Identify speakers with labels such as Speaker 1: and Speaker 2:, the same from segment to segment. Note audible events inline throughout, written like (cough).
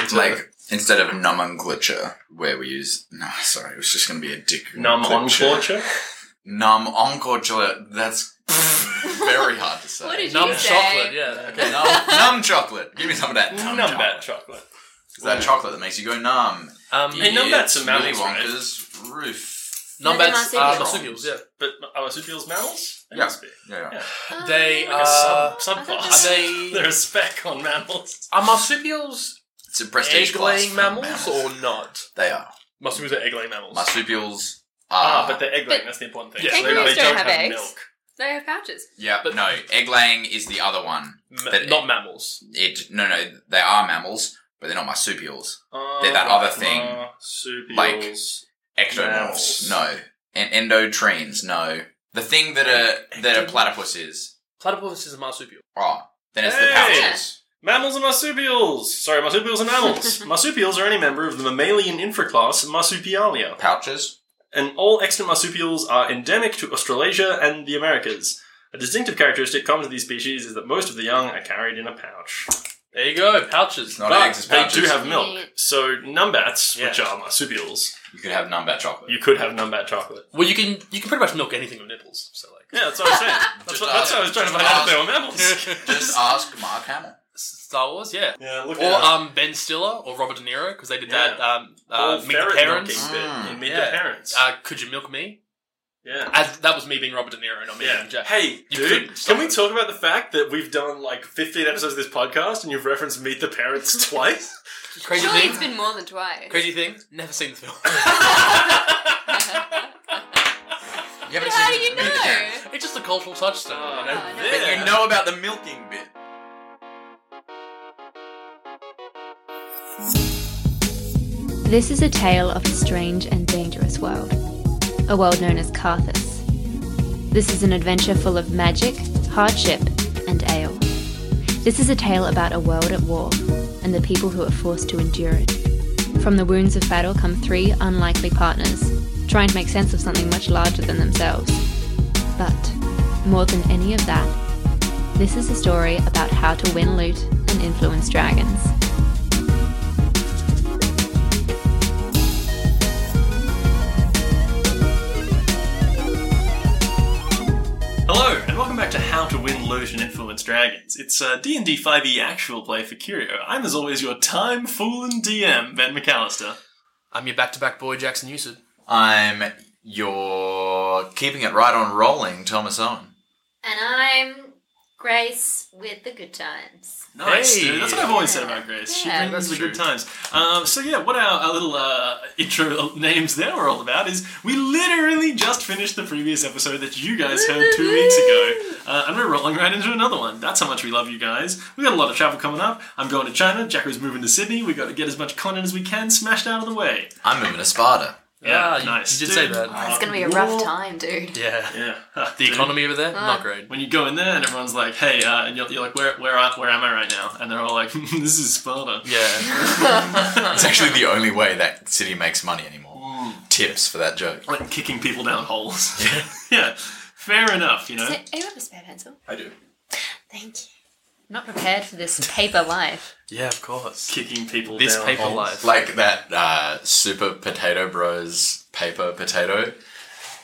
Speaker 1: into
Speaker 2: like instead of nomenclature, where we use no, sorry, it was just going to be a dick.
Speaker 1: numb on torture.
Speaker 2: Num onculture. That's (laughs) very hard to say.
Speaker 3: What did
Speaker 4: Numb
Speaker 3: you say?
Speaker 4: chocolate, yeah. Okay.
Speaker 2: numb, numb chocolate. Give me some of that. Numb, chocolate.
Speaker 1: Numbat chocolate.
Speaker 2: It's that chocolate that makes you go numb.
Speaker 4: Um,
Speaker 1: Yeah. And numbat's a
Speaker 2: It's
Speaker 1: mammal,
Speaker 2: Willy
Speaker 1: right?
Speaker 2: Wonka's roof.
Speaker 3: No, they're
Speaker 4: Numbats are uh,
Speaker 3: marsupials.
Speaker 4: marsupials, yeah.
Speaker 1: But are marsupials mammals? They
Speaker 2: Yeah.
Speaker 1: must be.
Speaker 2: Yeah.
Speaker 1: Yeah.
Speaker 3: Uh,
Speaker 4: They
Speaker 1: Like a
Speaker 4: are.
Speaker 1: sub,
Speaker 3: I thought
Speaker 4: Are
Speaker 1: (laughs) subclass. They're
Speaker 4: they.
Speaker 1: a speck on mammals.
Speaker 4: Are marsupials
Speaker 2: It's a prestige
Speaker 4: egg
Speaker 2: class
Speaker 4: laying
Speaker 2: for
Speaker 4: mammals or not?
Speaker 2: They are.
Speaker 4: Marsupials are egg laying mammals.
Speaker 2: Marsupials
Speaker 1: Ah,
Speaker 2: are.
Speaker 1: but they're egg
Speaker 3: But
Speaker 1: laying. That's the important thing.
Speaker 4: Yeah.
Speaker 1: So they,
Speaker 3: Kangaroos
Speaker 1: they
Speaker 3: don't
Speaker 1: don't
Speaker 3: have
Speaker 1: have,
Speaker 3: eggs.
Speaker 1: milk.
Speaker 3: they have pouches.
Speaker 2: yeah, but no, egg laying is the other one.
Speaker 4: Ma-
Speaker 2: but-
Speaker 4: not mammals.
Speaker 2: It no, no, they are mammals, but they're not marsupials.
Speaker 1: Uh,
Speaker 2: They're that other thing.
Speaker 1: Marsupials.
Speaker 2: Ectomorphs, no. And endotremes, no. The thing that a that a platypus is.
Speaker 4: Platypus is a marsupial.
Speaker 2: Oh, then it's
Speaker 1: Hey!
Speaker 2: the pouches.
Speaker 1: Mammals are marsupials. Sorry, marsupials are mammals. marsupials are any member of the mammalian infraclass Marsupialia,
Speaker 2: Pouches.
Speaker 1: and all extant marsupials are endemic to Australasia and the Americas. A distinctive characteristic common to these species is that most of the young are carried in a pouch.
Speaker 4: There you go, pouches.
Speaker 2: It's not
Speaker 4: But
Speaker 2: eggs, it's
Speaker 1: They
Speaker 2: pouches.
Speaker 1: do have milk. So numbats, which
Speaker 4: Yeah.
Speaker 1: are marsupials,
Speaker 2: You could have numbat chocolate.
Speaker 1: you could have numbat chocolate.
Speaker 4: Well, you can you can pretty much milk anything with nipples. So
Speaker 1: (laughs)
Speaker 4: like,
Speaker 1: Yeah, that's what
Speaker 2: (laughs)
Speaker 1: I was saying. That's,
Speaker 2: Just
Speaker 1: what, that's what I was trying to
Speaker 2: ask-
Speaker 1: find out if
Speaker 2: just
Speaker 1: they
Speaker 4: (laughs)
Speaker 1: were mammals.
Speaker 2: Just ask Mark Hamill.
Speaker 4: Star Wars, yeah.
Speaker 1: yeah, look
Speaker 4: Or um, Ben Stiller or Robert De Niro because they did that. Um,
Speaker 1: All
Speaker 4: uh, Meet the
Speaker 1: ferret
Speaker 4: Parents.
Speaker 1: milking bit
Speaker 2: Mm.
Speaker 1: in Meet
Speaker 4: Yeah.
Speaker 1: the Parents.
Speaker 4: Uh, could you milk me?
Speaker 1: yeah.
Speaker 4: As, that was me being Robert De Niro, not me
Speaker 1: Yeah.
Speaker 4: being Jack.
Speaker 1: Hey,
Speaker 4: You
Speaker 1: dude,
Speaker 4: could-
Speaker 1: can we talk about the fact that we've done like 15 episodes of this podcast and you've referenced Meet the
Speaker 2: (laughs)
Speaker 1: Parents twice?
Speaker 4: Crazy
Speaker 3: Surely
Speaker 4: thing.
Speaker 3: it's been more than twice. (laughs)
Speaker 4: Crazy thing. Never seen the film.
Speaker 2: You haven't
Speaker 3: How do
Speaker 2: seen
Speaker 3: you
Speaker 2: the-
Speaker 3: know?
Speaker 4: it's just a cultural touchstone. you know?
Speaker 3: no.
Speaker 2: Oh, But you know about the milking bit.
Speaker 5: This is a tale of a strange and dangerous world, a world known as Carthus. This is an adventure full of magic, hardship, and ale. This is a tale about a world at war and the people who are forced to endure it. From the wounds of battle come three unlikely partners, trying to make sense of something much larger than themselves. But, more than any of that, this is a story about how to win loot and influence dragons.
Speaker 1: Hello, and welcome back to How to Win Loot and Influence Dragons. It's uh, a D&D 5e E actual play for Curio. I'm, as always, your time fooling DM, Ben McAllister.
Speaker 4: I'm your back-to-back boy, Jackson Houston.
Speaker 2: I'm your keeping it right on rolling, Thomas Owen.
Speaker 3: And I'm Grace with the good times.
Speaker 1: Nice,
Speaker 4: Hey.
Speaker 1: dude. That's what I've always said about Grace.
Speaker 3: Yeah.
Speaker 1: she brings the
Speaker 4: That's true.
Speaker 1: good times. Um, so yeah, what our, our little uh, intro names there were all about is we literally just finished the previous episode that you guys heard two weeks ago, uh, and we're rolling right into another one. That's how much we love you guys. We got a lot of travel coming up. I'm going to China. Jacko's moving to Sydney. We got to get as much content as we can smashed out of the way.
Speaker 2: I'm moving to Sparta.
Speaker 4: Yeah,
Speaker 1: Uh,
Speaker 4: you-
Speaker 1: nice.
Speaker 4: you did say
Speaker 1: dude. uh,
Speaker 4: that.
Speaker 3: It's gonna be a
Speaker 1: War-
Speaker 3: rough time, dude.
Speaker 4: Yeah.
Speaker 1: Yeah, (laughs)
Speaker 4: The
Speaker 1: Dude.
Speaker 4: economy over there, not great.
Speaker 1: When you go in there and everyone's like, "Hey," uh, and you're, you're like, "Where, where, are, where am I right now?" and they're all like, (laughs) "This is Sparta."
Speaker 4: (laughs) Yeah.
Speaker 2: It's actually the only way that city makes money anymore.
Speaker 1: Mm.
Speaker 2: Tips for that joke.
Speaker 1: like kicking people down holes. (laughs) yeah, fair enough. You know,
Speaker 3: So, you have a spare pencil?
Speaker 2: I do.
Speaker 3: Thank you. Not prepared for this paper life.
Speaker 4: yeah, of course.
Speaker 1: kicking people
Speaker 4: This
Speaker 1: down
Speaker 4: paper
Speaker 1: holes.
Speaker 4: life.
Speaker 2: Like that uh, Super Potato Bros paper potato.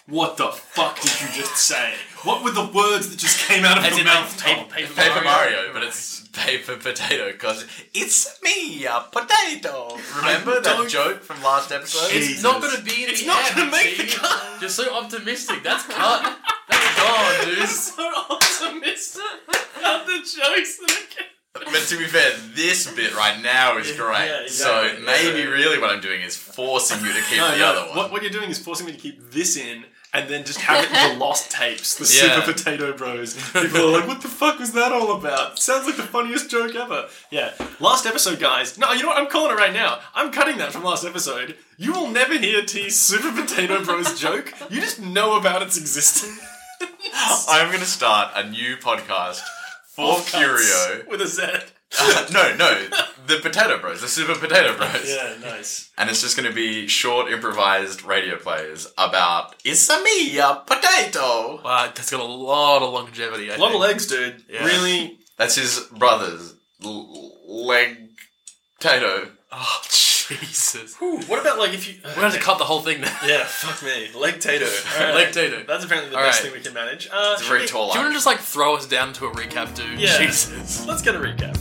Speaker 1: What the fuck did you just say? What were the words that just came out of
Speaker 4: As
Speaker 1: your
Speaker 4: in, like,
Speaker 1: mouth, Tom?
Speaker 4: paper- paper-
Speaker 2: Paper
Speaker 1: Oh,
Speaker 4: Mario.
Speaker 2: Mario, but it's paper potato because it's me, a potato. Remember that
Speaker 1: don't-
Speaker 2: joke from last episode?
Speaker 1: Jeez.
Speaker 4: It's not gonna be.
Speaker 1: It's not gonna make the cut. (laughs)
Speaker 4: You're so optimistic. That's cut. That's
Speaker 2: Oh,
Speaker 4: gone, dude.
Speaker 1: so optimistic about (laughs) the jokes that
Speaker 2: But
Speaker 1: I
Speaker 2: to be fair, this bit right now is great.
Speaker 1: yeah, exactly.
Speaker 2: So maybe
Speaker 1: Yeah.
Speaker 2: really what I'm doing is forcing you to keep
Speaker 1: No,
Speaker 2: the
Speaker 1: no.
Speaker 2: other one.
Speaker 1: What, what you're doing is forcing me to keep this in and then just have it in the lost tapes, the
Speaker 4: Yeah.
Speaker 1: Super Potato Bros. People are like, what the fuck was that all about? Sounds like the funniest joke ever. Yeah. Last episode, guys. No, you know what? I'm calling it right now. I'm cutting that from last episode. You will never hear T's Super Potato Bros joke. You just know about its existence.
Speaker 2: (laughs) I'm going to start a new podcast (laughs) for Curio.
Speaker 1: With a Z.
Speaker 2: no, no, the Potato Bros, the Super Potato Bros.
Speaker 1: nice.
Speaker 2: And it's just going to be short improvised radio plays about It's a me, a potato.
Speaker 4: (laughs) Wow, that's got a lot of longevity. I
Speaker 1: A lot of
Speaker 4: think.
Speaker 1: legs, dude.
Speaker 4: Yeah.
Speaker 1: Really?
Speaker 2: That's his brother's l- leg potato.
Speaker 4: Oh, Jesus.
Speaker 1: What about like if you?
Speaker 4: We're going to cut the whole thing now.
Speaker 1: Yeah, fuck me. Leg tato.
Speaker 4: (laughs)
Speaker 1: All
Speaker 4: Leg tato.
Speaker 1: That's apparently the
Speaker 4: All
Speaker 1: best
Speaker 4: right.
Speaker 1: thing we can manage. Uh,
Speaker 6: It's a very tall
Speaker 4: Do you
Speaker 6: line.
Speaker 4: want to just like throw us down to a recap, dude?
Speaker 1: Yeah.
Speaker 4: Jesus.
Speaker 1: Let's get a recap.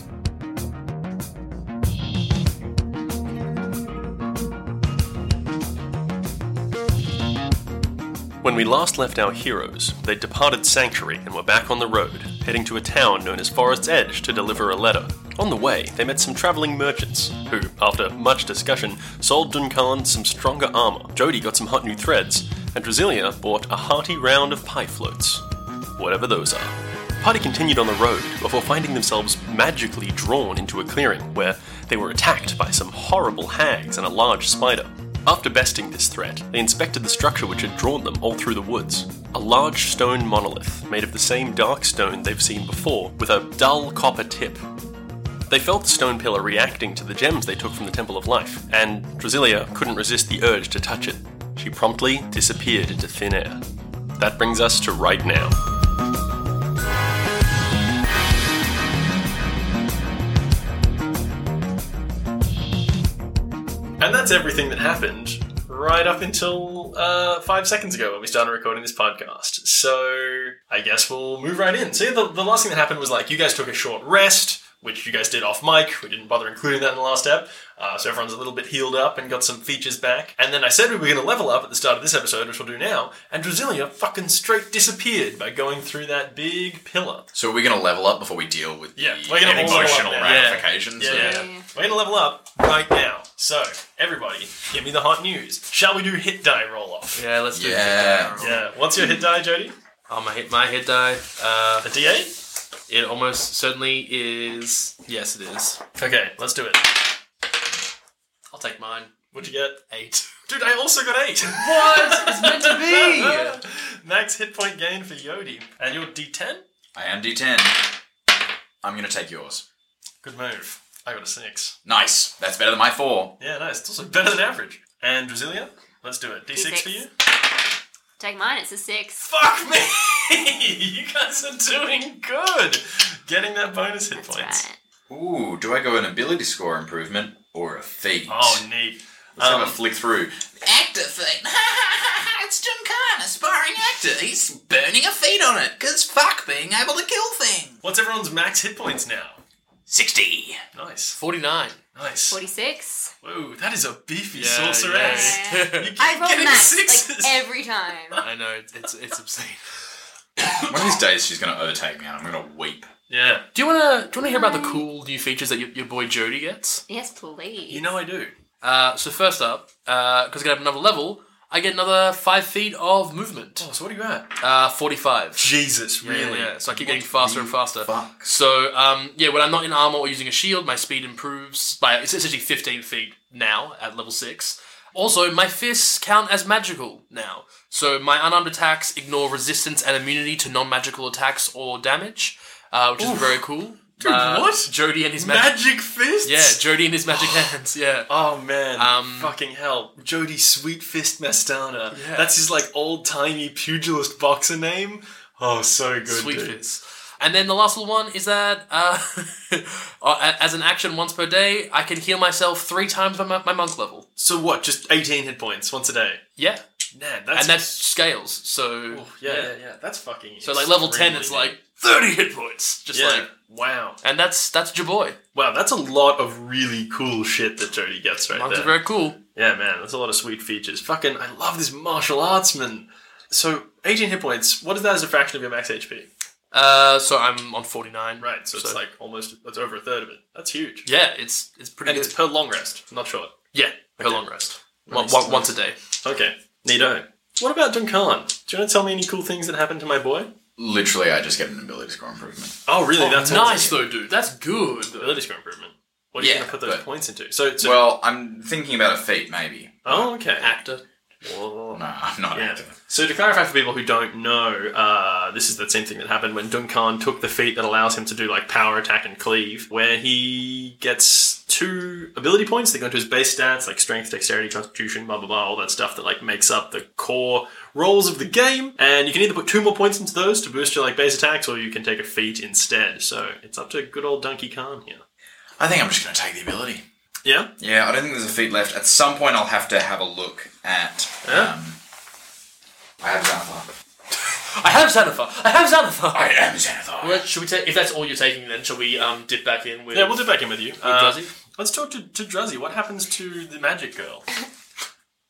Speaker 1: When we last left our heroes, they departed Sanctuary and were back on the road, heading to a town known as Forest's Edge to deliver a letter. On the way, they met some traveling merchants, who, after much discussion, sold Duncan some stronger armor. Jody got some hot new threads, and Drasilia bought a hearty round of pie floats whatever those are. The party continued on the road before finding themselves magically drawn into a clearing where they were attacked by some horrible hags and a large spider. After besting this threat, they inspected the structure which had drawn them all through the woods. A large stone monolith made of the same dark stone they've seen before, with a dull copper tip. They felt the stone pillar reacting to the gems they took from the Temple of Life, and Drasilia couldn't resist the urge to touch it. She promptly disappeared into thin air. That brings us to right now. And that's everything that happened right up until uh, five seconds ago when we started recording this podcast. So I guess we'll move right in. So yeah, the, the last thing that happened was like you guys took a short rest, which you guys did off mic. We didn't bother including that in the last app. Uh, so everyone's a little bit healed up and got some features back. And then I said we were going to level up at the start of this episode, which we'll do now. And Drasilia fucking straight disappeared by going through that big pillar.
Speaker 6: So we're going to level up before we deal with
Speaker 1: Yeah,
Speaker 6: the
Speaker 1: we're gonna all level up
Speaker 6: emotional
Speaker 1: now. Yeah.
Speaker 6: ramifications.
Speaker 1: Yeah,
Speaker 6: of-
Speaker 1: yeah.
Speaker 5: Yeah.
Speaker 1: We're gonna level up right now. So, everybody, give me the hot news. Shall we do hit die roll off?
Speaker 4: Yeah, let's do
Speaker 6: Yeah.
Speaker 4: the hit die.
Speaker 1: Yeah. What's your hit die, Jody?
Speaker 4: Oh, my hit, my hit die. Uh,
Speaker 1: A D8?
Speaker 4: it almost certainly is. Yes, it is.
Speaker 1: Okay, let's do it.
Speaker 4: I'll take mine.
Speaker 1: What'd you get?
Speaker 4: Eight. (laughs)
Speaker 1: Dude, I also got eight.
Speaker 4: What? It's meant to (laughs) be.
Speaker 1: (laughs) Max hit point gain for Yodi, and you're D10.
Speaker 6: I am D10. I'm going to take yours.
Speaker 1: Good move. I got a six.
Speaker 6: Nice. That's better than my four.
Speaker 1: Yeah, nice. It's also better than average. And Drasilia, let's do it. D6,
Speaker 3: D6.
Speaker 1: for you.
Speaker 3: Take mine, it's a six.
Speaker 1: Fuck me! (laughs) you guys are doing good. Getting that bonus hit
Speaker 3: That's
Speaker 1: points.
Speaker 3: right.
Speaker 6: Ooh, do I go an ability score improvement or a feat?
Speaker 1: Oh, neat.
Speaker 6: Let's
Speaker 1: Um,
Speaker 6: have a flick through. Actor feat. (laughs) it's Jim Khan, aspiring actor. He's burning a feat on it, because fuck being able to kill things.
Speaker 1: What's everyone's max hit points now?
Speaker 6: 60.
Speaker 1: Nice.
Speaker 4: Forty-nine.
Speaker 1: Nice.
Speaker 3: 46.
Speaker 1: Whoa, that is a beefy
Speaker 3: yeah.
Speaker 1: sorceress.
Speaker 4: (laughs)
Speaker 1: (laughs) You keep
Speaker 3: I roll
Speaker 1: getting
Speaker 3: max
Speaker 1: sixes.
Speaker 3: like
Speaker 1: (laughs)
Speaker 3: every time.
Speaker 4: I know it's it's obscene.
Speaker 6: One of these days she's going to overtake me and I'm going to weep.
Speaker 1: yeah.
Speaker 4: Do you wanna do you wanna hear about the cool new features that your, your boy Jody gets?
Speaker 3: Yes, please.
Speaker 1: You know I do.
Speaker 4: Uh, so first up, because I get up another level, I get another five feet of movement.
Speaker 1: Oh, so what are you at?
Speaker 4: Uh, Forty-five.
Speaker 1: Jesus,
Speaker 4: Yeah,
Speaker 1: really?
Speaker 4: Yeah, so I keep getting faster and faster.
Speaker 6: fuck?
Speaker 4: So, um, yeah, when I'm not in armor or using a shield, my speed improves by it's essentially 15 feet now at level 6. Also, my fists count as magical now. So, my unarmed attacks ignore resistance and immunity to non magical attacks or damage, uh, which is very cool.
Speaker 1: Dude,
Speaker 4: Uh,
Speaker 1: what?
Speaker 4: Jody and his magic.
Speaker 1: Magic fists?
Speaker 4: yeah, Jody and his
Speaker 1: (gasps)
Speaker 4: magic hands, yeah.
Speaker 1: Oh man,
Speaker 4: Um,
Speaker 1: fucking hell. Jody Sweet Fist Mastana.
Speaker 4: Yeah.
Speaker 1: That's his like old timey pugilist boxer name. Oh, so good.
Speaker 4: Sweet
Speaker 1: dude.
Speaker 4: fits. And then the last little one is that uh, (laughs) uh, as an action once per day, I can heal myself three times by my, my monk level.
Speaker 1: So what, just 18 hit points once a day?
Speaker 4: Yeah.
Speaker 1: Man, that's.
Speaker 4: and that's scales. So
Speaker 1: Oh, yeah, yeah, yeah, That's fucking.
Speaker 4: So like level ten,
Speaker 1: extremely
Speaker 4: it's
Speaker 1: neat.
Speaker 4: like thirty hit points. Just
Speaker 1: Yeah.
Speaker 4: like
Speaker 1: wow.
Speaker 4: and that's that's your boy.
Speaker 1: Wow, that's a lot of really cool shit that Jody gets right
Speaker 4: Monks
Speaker 1: there.
Speaker 4: are very cool.
Speaker 1: Yeah, man, that's a lot of sweet features. Fucking, I love this martial arts man. So, 18 hit points, what is that as a fraction of your max HP?
Speaker 4: Uh, so I'm on forty nine.
Speaker 1: Right, so it's
Speaker 4: So-
Speaker 1: like almost, it's over a third of it. That's huge.
Speaker 4: Yeah, it's it's pretty
Speaker 1: and
Speaker 4: good.
Speaker 1: it's per long rest, not short.
Speaker 4: yeah, per
Speaker 1: Okay.
Speaker 4: long rest. One,
Speaker 1: Nice,
Speaker 4: one-
Speaker 1: nice.
Speaker 4: Once a day.
Speaker 1: Okay, neato. What about Duncan? Do you want to tell me any cool things that happened to my boy?
Speaker 6: Literally, I just get an ability score improvement.
Speaker 1: Oh, really? that's
Speaker 4: nice though, dude. That's good.
Speaker 1: The ability score improvement. What are you
Speaker 6: Yeah,
Speaker 1: going to put those
Speaker 6: but-
Speaker 1: points into? So, so
Speaker 6: Well, I'm thinking about a feat, maybe.
Speaker 1: oh, okay.
Speaker 4: Actor.
Speaker 1: Whoa.
Speaker 6: No, I'm not
Speaker 1: Yeah.
Speaker 6: active.
Speaker 1: So to clarify for people who don't know, uh, this is the same thing that happened when Duncan took the feat that allows him to do like power attack and cleave, where he gets two ability points. They go into his base stats like strength, dexterity, constitution, blah blah blah, all that stuff that like makes up the core rolls of the game. And you can either put two more points into those to boost your like base attacks, or you can take a feat instead. So it's up to good old Donkey Khan here.
Speaker 6: I think I'm just going to take the ability.
Speaker 1: Yeah?
Speaker 2: Yeah, I don't think there's a feat left. At some point, I'll have to have a look at.
Speaker 4: Yeah?
Speaker 2: Um, I have Xanathar.
Speaker 4: I have Xanathar. I have Xanathar.
Speaker 2: I am Xanathar.
Speaker 4: Well, should we take? If that's all you're taking, then shall we um dip back in with?
Speaker 1: Yeah, we'll do back in with you. Uh,
Speaker 4: Drowsy?
Speaker 1: let's talk to, to Druzzy. What happens to the magic girl?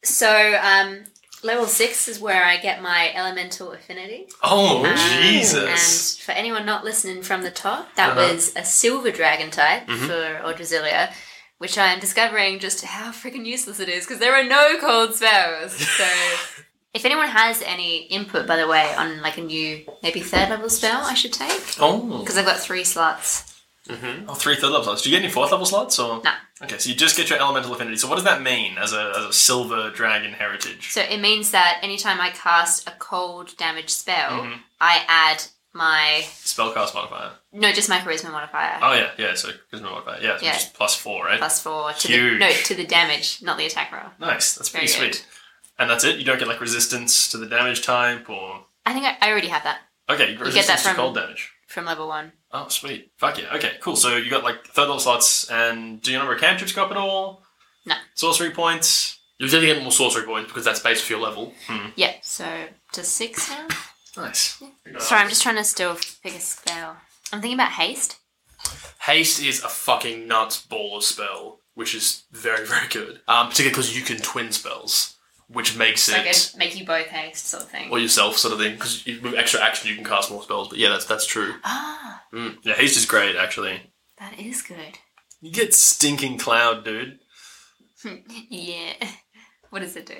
Speaker 3: So, um, level six is where I get my elemental affinity.
Speaker 1: Oh,
Speaker 3: Um,
Speaker 1: Jesus.
Speaker 3: And for anyone not listening from the top, that
Speaker 4: Uh-huh.
Speaker 3: was a silver dragon type
Speaker 1: Mm-hmm.
Speaker 3: for Ordrazilia, which I am discovering just how freaking useless it is because there are no cold spells. So,
Speaker 1: (laughs)
Speaker 3: if anyone has any input, by the way, on like a new maybe third level spell I should take
Speaker 1: Oh.
Speaker 3: because I've got three slots.
Speaker 1: oh, three third level slots. Do you get any fourth level slots? Or?
Speaker 3: No.
Speaker 1: Okay, so you just get your elemental affinity. So what does that mean as a, as a silver dragon heritage?
Speaker 3: So it means that anytime I cast a cold damage spell,
Speaker 1: Mm-hmm.
Speaker 3: I add my
Speaker 1: Spellcast modifier.
Speaker 3: no, just my charisma modifier
Speaker 1: Oh, yeah, yeah, so charisma modifier. Yeah, so
Speaker 3: Yeah.
Speaker 1: just plus four, right?
Speaker 3: plus four to the
Speaker 1: Huge.
Speaker 3: no to the damage, not the attack roll.
Speaker 1: nice. That's pretty
Speaker 3: Very
Speaker 1: sweet.
Speaker 3: good.
Speaker 1: And that's it? You don't get like resistance to the damage type or.
Speaker 3: I think I, I already have that
Speaker 1: Okay, you get
Speaker 3: that
Speaker 1: resistance
Speaker 3: from-
Speaker 1: to cold damage.
Speaker 3: from level one.
Speaker 1: Oh, sweet. Fuck yeah. Okay, cool. So you got like third level slots, and do you number of cantrips go up at all?
Speaker 3: No.
Speaker 1: Sorcery points?
Speaker 4: You're going to get more sorcery points because that's based for your level.
Speaker 3: Yeah, so to six now.
Speaker 1: Nice.
Speaker 3: Sorry, I'm just trying to still pick a spell. I'm thinking about haste.
Speaker 4: Haste is a fucking nuts ball of spell, which is very, (laughs) very good. Um, particularly because you can twin spells, which makes it.
Speaker 3: Like a make you both haste sort of thing.
Speaker 4: Or yourself, sort of thing, because with extra action you can cast more spells. But yeah, that's that's true.
Speaker 3: Ah,
Speaker 1: Yeah, haste is great, actually.
Speaker 3: that is good.
Speaker 1: You get stinking cloud, dude.
Speaker 3: Yeah. (laughs) What does it do?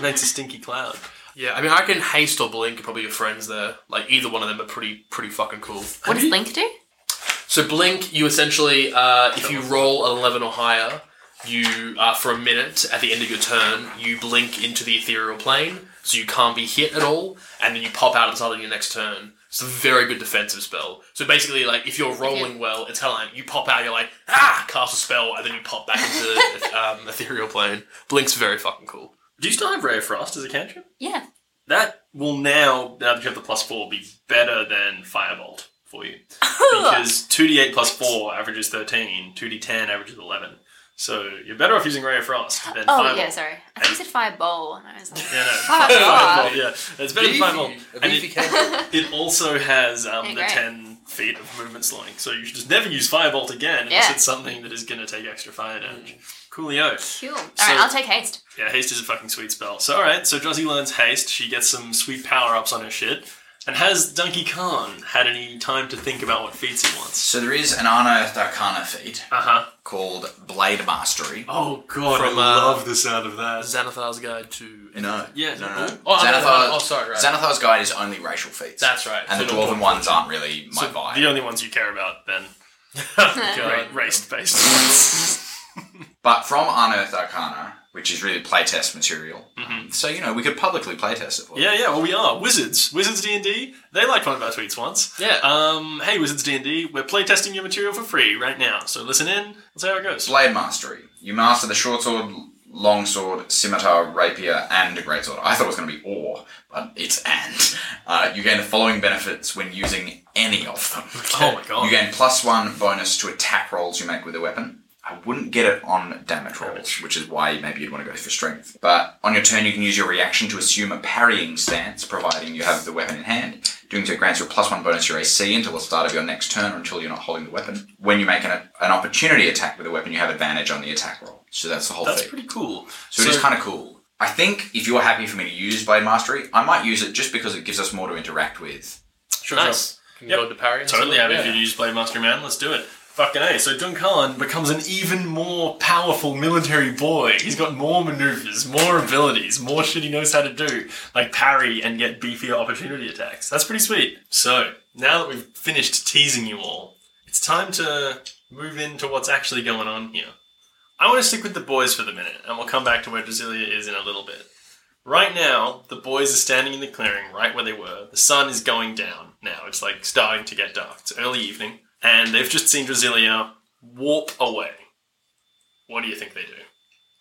Speaker 1: Makes a stinky cloud.
Speaker 4: Yeah, I mean, I reckon haste or blink are probably your friends there. Like either one of them are pretty, pretty fucking cool.
Speaker 3: what does Link do?
Speaker 4: So blink, you essentially, uh, if you roll an eleven or higher, you uh, for a minute at the end of your turn, you blink into the ethereal plane, so you can't be hit at all, and then you pop out at the start of your next turn. It's a very good defensive spell. So basically, like if you're rolling well, it's hell like you pop out, you're like ah, cast a spell, and then you pop back into um, ethereal plane. Blink's very fucking cool.
Speaker 1: Do you still have Ray of Frost as a cantrip?
Speaker 3: Yeah.
Speaker 1: That will now, now that you have the plus four, be better than Firebolt for
Speaker 3: (laughs)
Speaker 1: you. because 2d8 plus 4 averages 13, 2d10 averages 11. So you're better off using Ray of Frost than
Speaker 3: Oh
Speaker 1: Firebolt.
Speaker 3: yeah, sorry. I think you said fireball and I was like, "Oh,
Speaker 1: Yeah, no.
Speaker 3: Fuck
Speaker 1: Firebolt,
Speaker 3: off.
Speaker 1: yeah. It's better than Firebolt.
Speaker 2: A
Speaker 1: And
Speaker 2: beefy
Speaker 1: it,
Speaker 2: cantrip.
Speaker 1: (laughs) it also has um,
Speaker 3: Hey,
Speaker 1: the
Speaker 3: great.
Speaker 1: 10 feet of movement slowing. So you should just never use Firebolt again unless
Speaker 3: Yeah.
Speaker 1: it's something that is going to take extra fire damage.
Speaker 2: Hmm.
Speaker 1: Coolio.
Speaker 3: Cool. Alright,
Speaker 1: So-
Speaker 3: I'll take haste.
Speaker 1: Yeah, haste is a fucking sweet spell. So alright, so Drozzy learns haste, she gets some sweet power ups on her shit. And has Donkey Khan had any time to think about what feats he wants?
Speaker 2: So there is an unearthed arcana feat
Speaker 1: Uh-huh.
Speaker 2: called Blade Mastery.
Speaker 1: Oh god,
Speaker 4: From,
Speaker 1: I
Speaker 4: uh,
Speaker 1: love the sound of that.
Speaker 4: Xanathar's guide to
Speaker 2: No.
Speaker 1: Yeah,
Speaker 2: No, no, no.
Speaker 4: Oh, I mean,
Speaker 2: Xanathar-
Speaker 4: oh, sorry, right.
Speaker 2: Xanathar's guide is only racial feats.
Speaker 4: That's right.
Speaker 2: And the
Speaker 4: So
Speaker 2: dwarven
Speaker 4: dwarf-
Speaker 2: ones aren't really my vibe.
Speaker 1: The only ones you care
Speaker 4: (laughs)
Speaker 1: about, then.
Speaker 4: Oh,
Speaker 1: (laughs)
Speaker 4: God.
Speaker 1: Race based ones.
Speaker 2: But from Unearthed Arcana, which is really playtest material,
Speaker 4: Mm-hmm.
Speaker 2: so you know we could publicly playtest it. For
Speaker 1: yeah, yeah, well we are. Wizards. Wizards D&D. They liked one of our tweets once.
Speaker 4: Yeah. uh,
Speaker 1: Um, hey Wizards D&D, we're playtesting your material for free right now. So listen in, let's see how it goes.
Speaker 2: Blade mastery. You master the short sword, long sword, scimitar, rapier, and a great sword. I thought it was going to be or, but it's and. Uh, you gain the following benefits when using any of them.
Speaker 4: (laughs)
Speaker 1: Oh my god.
Speaker 2: You gain plus one bonus to attack rolls you make with a weapon. I wouldn't get it on damage rolls, which is why maybe you'd want to go for strength. But on your turn, you can use your reaction to assume a parrying stance, providing you have the weapon in hand. Doing so grants you a plus one bonus to your AC until the start of your next turn or until you're not holding the weapon. When you make an, an opportunity attack with a weapon, you have advantage on the attack roll. So that's the whole
Speaker 1: That's
Speaker 2: thing.
Speaker 1: pretty cool.
Speaker 2: So, it is kind of cool. I think if you're happy for me to use Blade Mastery, I might use it just because it gives us more to interact with.
Speaker 1: sure, sure.
Speaker 4: Nice. Can you
Speaker 1: Yep.
Speaker 4: go into parry? and
Speaker 1: Totally
Speaker 4: stuff?
Speaker 1: happy
Speaker 4: Yeah.
Speaker 1: if you'd use Blade Master Man. Let's do it. Fucking A. So Duncan becomes an even more powerful military boy. He's got more maneuvers, more abilities, more shit he knows how to do, like parry and get beefier opportunity attacks. That's pretty sweet. So, now that we've finished teasing you all, it's time to move into what's actually going on here. I want to stick with the boys for the minute, and we'll come back to where Drasilia is in a little bit. Right now, the boys are standing in the clearing, right where they were. The sun is going down now. It's like starting to get dark. It's early evening, and they've just seen Drasilia warp away. What do you think they do?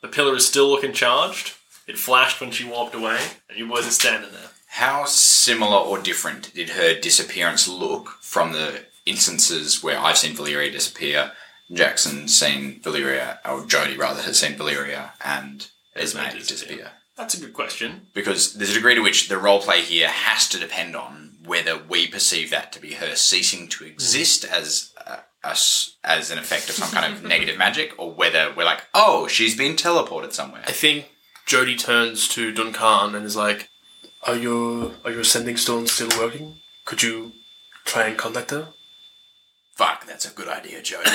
Speaker 1: The pillar is still looking charged. It flashed when she warped away, and you boys are standing there.
Speaker 2: How similar or different did her disappearance look from the instances where I've seen Valyria disappear Jackson seen Valyria, or Jody rather, has seen Valyria and Esme
Speaker 1: Esme disappear.
Speaker 2: disappear.
Speaker 1: That's a good question.
Speaker 2: Because there's a degree to which the roleplay here has to depend on whether we perceive that to be her ceasing to exist as a, us as an effect of some kind of (laughs) negative magic, or whether we're like, oh, she's been teleported somewhere.
Speaker 4: I think Jody turns to Duncan and is like, "Are your are your sending stones still working? Could you try and contact her?"
Speaker 2: Fuck, that's a good idea, Jody.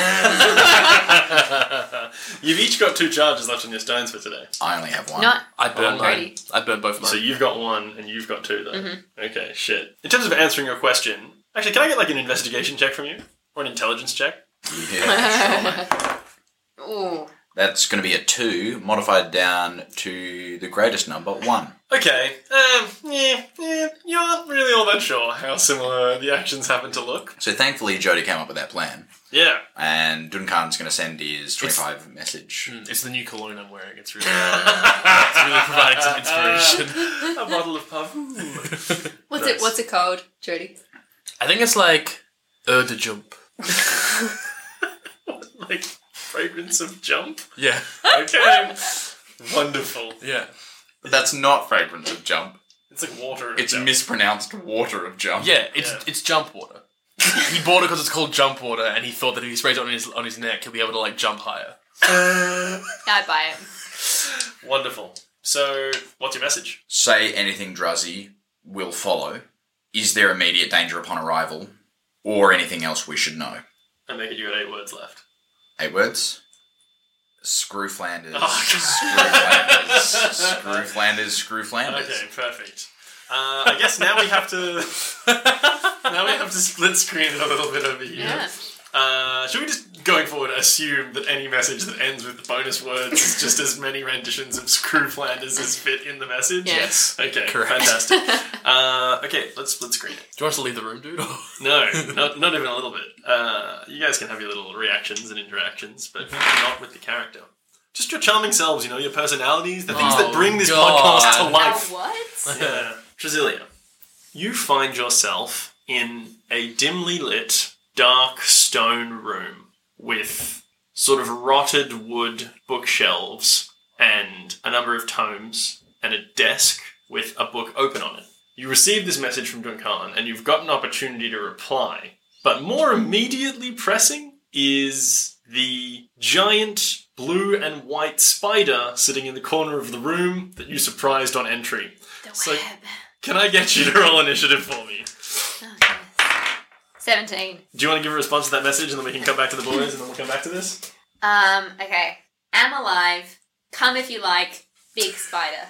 Speaker 1: You've each got two charges left on your stones for today.
Speaker 2: I only have one.
Speaker 3: Not
Speaker 4: I burned mine.
Speaker 3: Alrighty.
Speaker 4: I burned both of mine.
Speaker 1: So you've got one and you've got two, though. Okay, shit. In terms of answering your question, actually, can I get like an investigation check from you? Or an intelligence check?
Speaker 2: (laughs) Yeah, sure, mate.
Speaker 3: ooh.
Speaker 2: That's going to be a two, modified down to the greatest number, one.
Speaker 1: Okay, um, yeah, yeah, you aren't really all that sure how similar the actions happen to look.
Speaker 2: So thankfully, Jody came up with that plan,
Speaker 1: Yeah.
Speaker 2: and Duncan's going to send his 25 message.
Speaker 4: Mm, it's the new cologne I'm wearing. It's really, it's really providing some inspiration.
Speaker 1: a bottle of puff.
Speaker 3: What's it? What's it called, Jody?
Speaker 4: (laughs) I think it's like Eau de Jump.
Speaker 1: (laughs) like, fragrance of jump.
Speaker 4: Yeah,
Speaker 1: Okay. Wonderful.
Speaker 4: yeah,
Speaker 2: But that's not fragrance of jump.
Speaker 1: It's like water.
Speaker 2: It's
Speaker 1: jump.
Speaker 2: mispronounced water of jump.
Speaker 4: yeah. It's
Speaker 1: Yeah.
Speaker 4: it's jump water. he bought it because it's called jump water, and he thought that if he sprays it on his on his neck, he'll be able to like jump higher.
Speaker 3: I buy it.
Speaker 1: Wonderful. So, what's your message?
Speaker 2: Say anything Druzzy will follow. Is there immediate danger upon arrival, or anything else we should know?
Speaker 1: I make it you got eight words left.
Speaker 2: Eight words. Screw Flanders.
Speaker 1: Oh,
Speaker 2: screw Flanders. Screw Flanders. Screw Flanders.
Speaker 1: Okay, perfect. Uh, I guess now we have to. (laughs) now we have to split screen it a little bit over here.
Speaker 3: Yeah.
Speaker 1: Uh, should we just, going forward, assume that any message that ends with the bonus words is just as many renditions of Screw Flanders as fit in the message?
Speaker 3: Yeah.
Speaker 4: Yes.
Speaker 1: Okay,
Speaker 4: Correct. (laughs)
Speaker 1: fantastic. uh, okay, let's split screen it.
Speaker 4: Do you want us to leave the room, dude? (laughs) Or-
Speaker 1: No, not, not even a little bit. Uh, you guys can have your little reactions and interactions, but
Speaker 4: Mm-hmm.
Speaker 1: not with the character. Just your charming selves, you know, your personalities, the things
Speaker 4: Oh,
Speaker 1: that bring this
Speaker 4: God.
Speaker 1: podcast to
Speaker 3: Now
Speaker 1: life.
Speaker 3: Oh, what?
Speaker 1: Yeah. (laughs) Tresilia, you find yourself in a dimly lit, dark stone room with sort of rotted wood bookshelves and a number of tomes and a desk with a book open on it. You receive this message from Duncan and you've got an opportunity to reply, but more immediately pressing is the giant blue and white spider sitting in the corner of the room that you surprised on entry.
Speaker 3: The
Speaker 1: So-
Speaker 3: web.
Speaker 1: Can I get you to roll initiative for me?
Speaker 3: Oh, goodness. Seventeen.
Speaker 1: Do you want to give a response to that message and then we can come back to the boys and then we'll come back to this?
Speaker 3: Um. Okay. Am alive. Come if you like. Big (laughs) spider.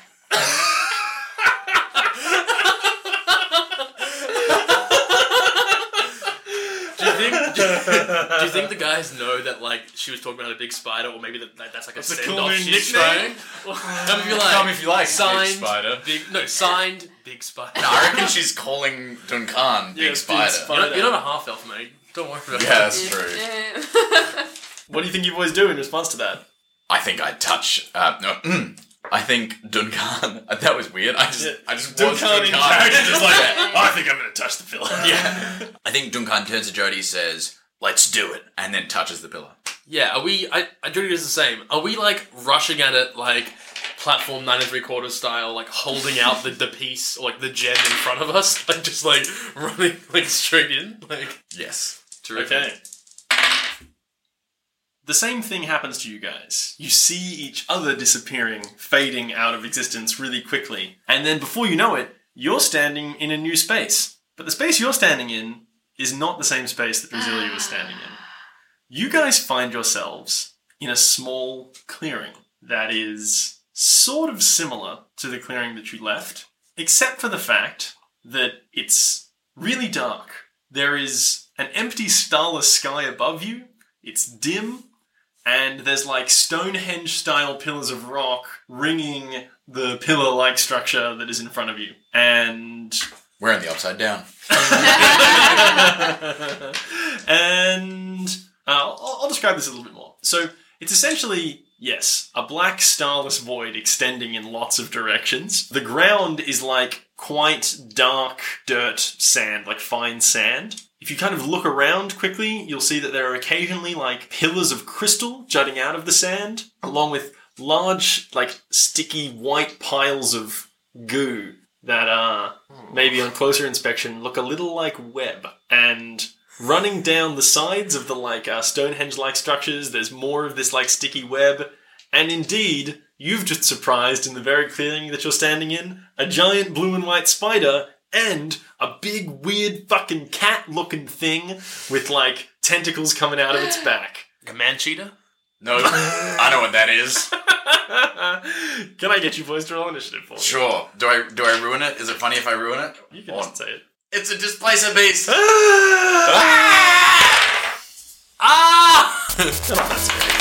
Speaker 4: Do you think? Do you, do you think the guys know that like she was talking about a big spider, or maybe that, that that's like a
Speaker 1: a
Speaker 4: send
Speaker 1: cool
Speaker 4: off
Speaker 1: new
Speaker 4: she's
Speaker 1: nickname.
Speaker 4: throwing? Come if you like.
Speaker 2: Come if you like, big
Speaker 4: Signed
Speaker 2: spider.
Speaker 4: Big no signed big spider.
Speaker 2: I reckon she's calling Duncan Big
Speaker 1: Yeah, Big
Speaker 2: Spider.
Speaker 1: Spider.
Speaker 4: You're not, you're not a half elf, mate. Don't worry about
Speaker 2: Yeah,
Speaker 4: it.
Speaker 2: that's true.
Speaker 1: What do you think you boys do in response to that?
Speaker 2: I think I'd touch. Uh, no, mm, I think Duncan. (laughs) That was weird. I just,
Speaker 1: Yeah.
Speaker 2: I just
Speaker 1: Duncan
Speaker 2: was
Speaker 1: in character, just (laughs) like,
Speaker 2: Yeah.
Speaker 1: I think I'm going to touch the pillow.
Speaker 2: yeah. I think Duncan turns to Jody, says, "Let's do it," and then touches the pillar.
Speaker 4: Yeah, are we? I, I do it as the same. Are we like rushing at it like platform nine and three quarter style, like holding out the, the piece or like the gem in front of us, (laughs) like just like running like straight in, like
Speaker 2: Yes.
Speaker 1: Okay. The same thing happens to you guys. You see each other disappearing, fading out of existence really quickly. And then before you know it, you're standing in a new space. But the space you're standing in is not the same space that Brasilia was standing in. You guys find yourselves in a small clearing that is sort of similar to the clearing that you left, except for the fact that it's really dark. There is an empty starless sky above you. It's dim, and there's like Stonehenge style pillars of rock ringing the pillar like structure that is in front of you. And.
Speaker 2: We're in the upside down.
Speaker 1: and. Uh, I'll, I'll describe this a little bit more. So, it's essentially, yes, a black starless void extending in lots of directions. The ground is like quite dark dirt sand, like fine sand. If you kind of look around quickly, you'll see that there are occasionally like pillars of crystal jutting out of the sand, along with large, like sticky white piles of goo that uh maybe on closer inspection look a little like web and running down the sides of the like uh, stonehenge like structures there's more of this like sticky web and indeed you've just surprised in the very clearing that you're standing in a giant blue and white spider and a big weird fucking cat looking thing with like tentacles coming out of its back
Speaker 4: Like a man cheater?
Speaker 2: No, (laughs) I know what that is.
Speaker 1: Uh, can i get you boys to roll initiative for me?
Speaker 2: Sure. Do I do I ruin it? Is it funny if I ruin it?
Speaker 1: you can
Speaker 2: Or-
Speaker 1: just say it
Speaker 2: It's a displacer
Speaker 1: (laughs)
Speaker 2: beast. Ah!
Speaker 4: Ah!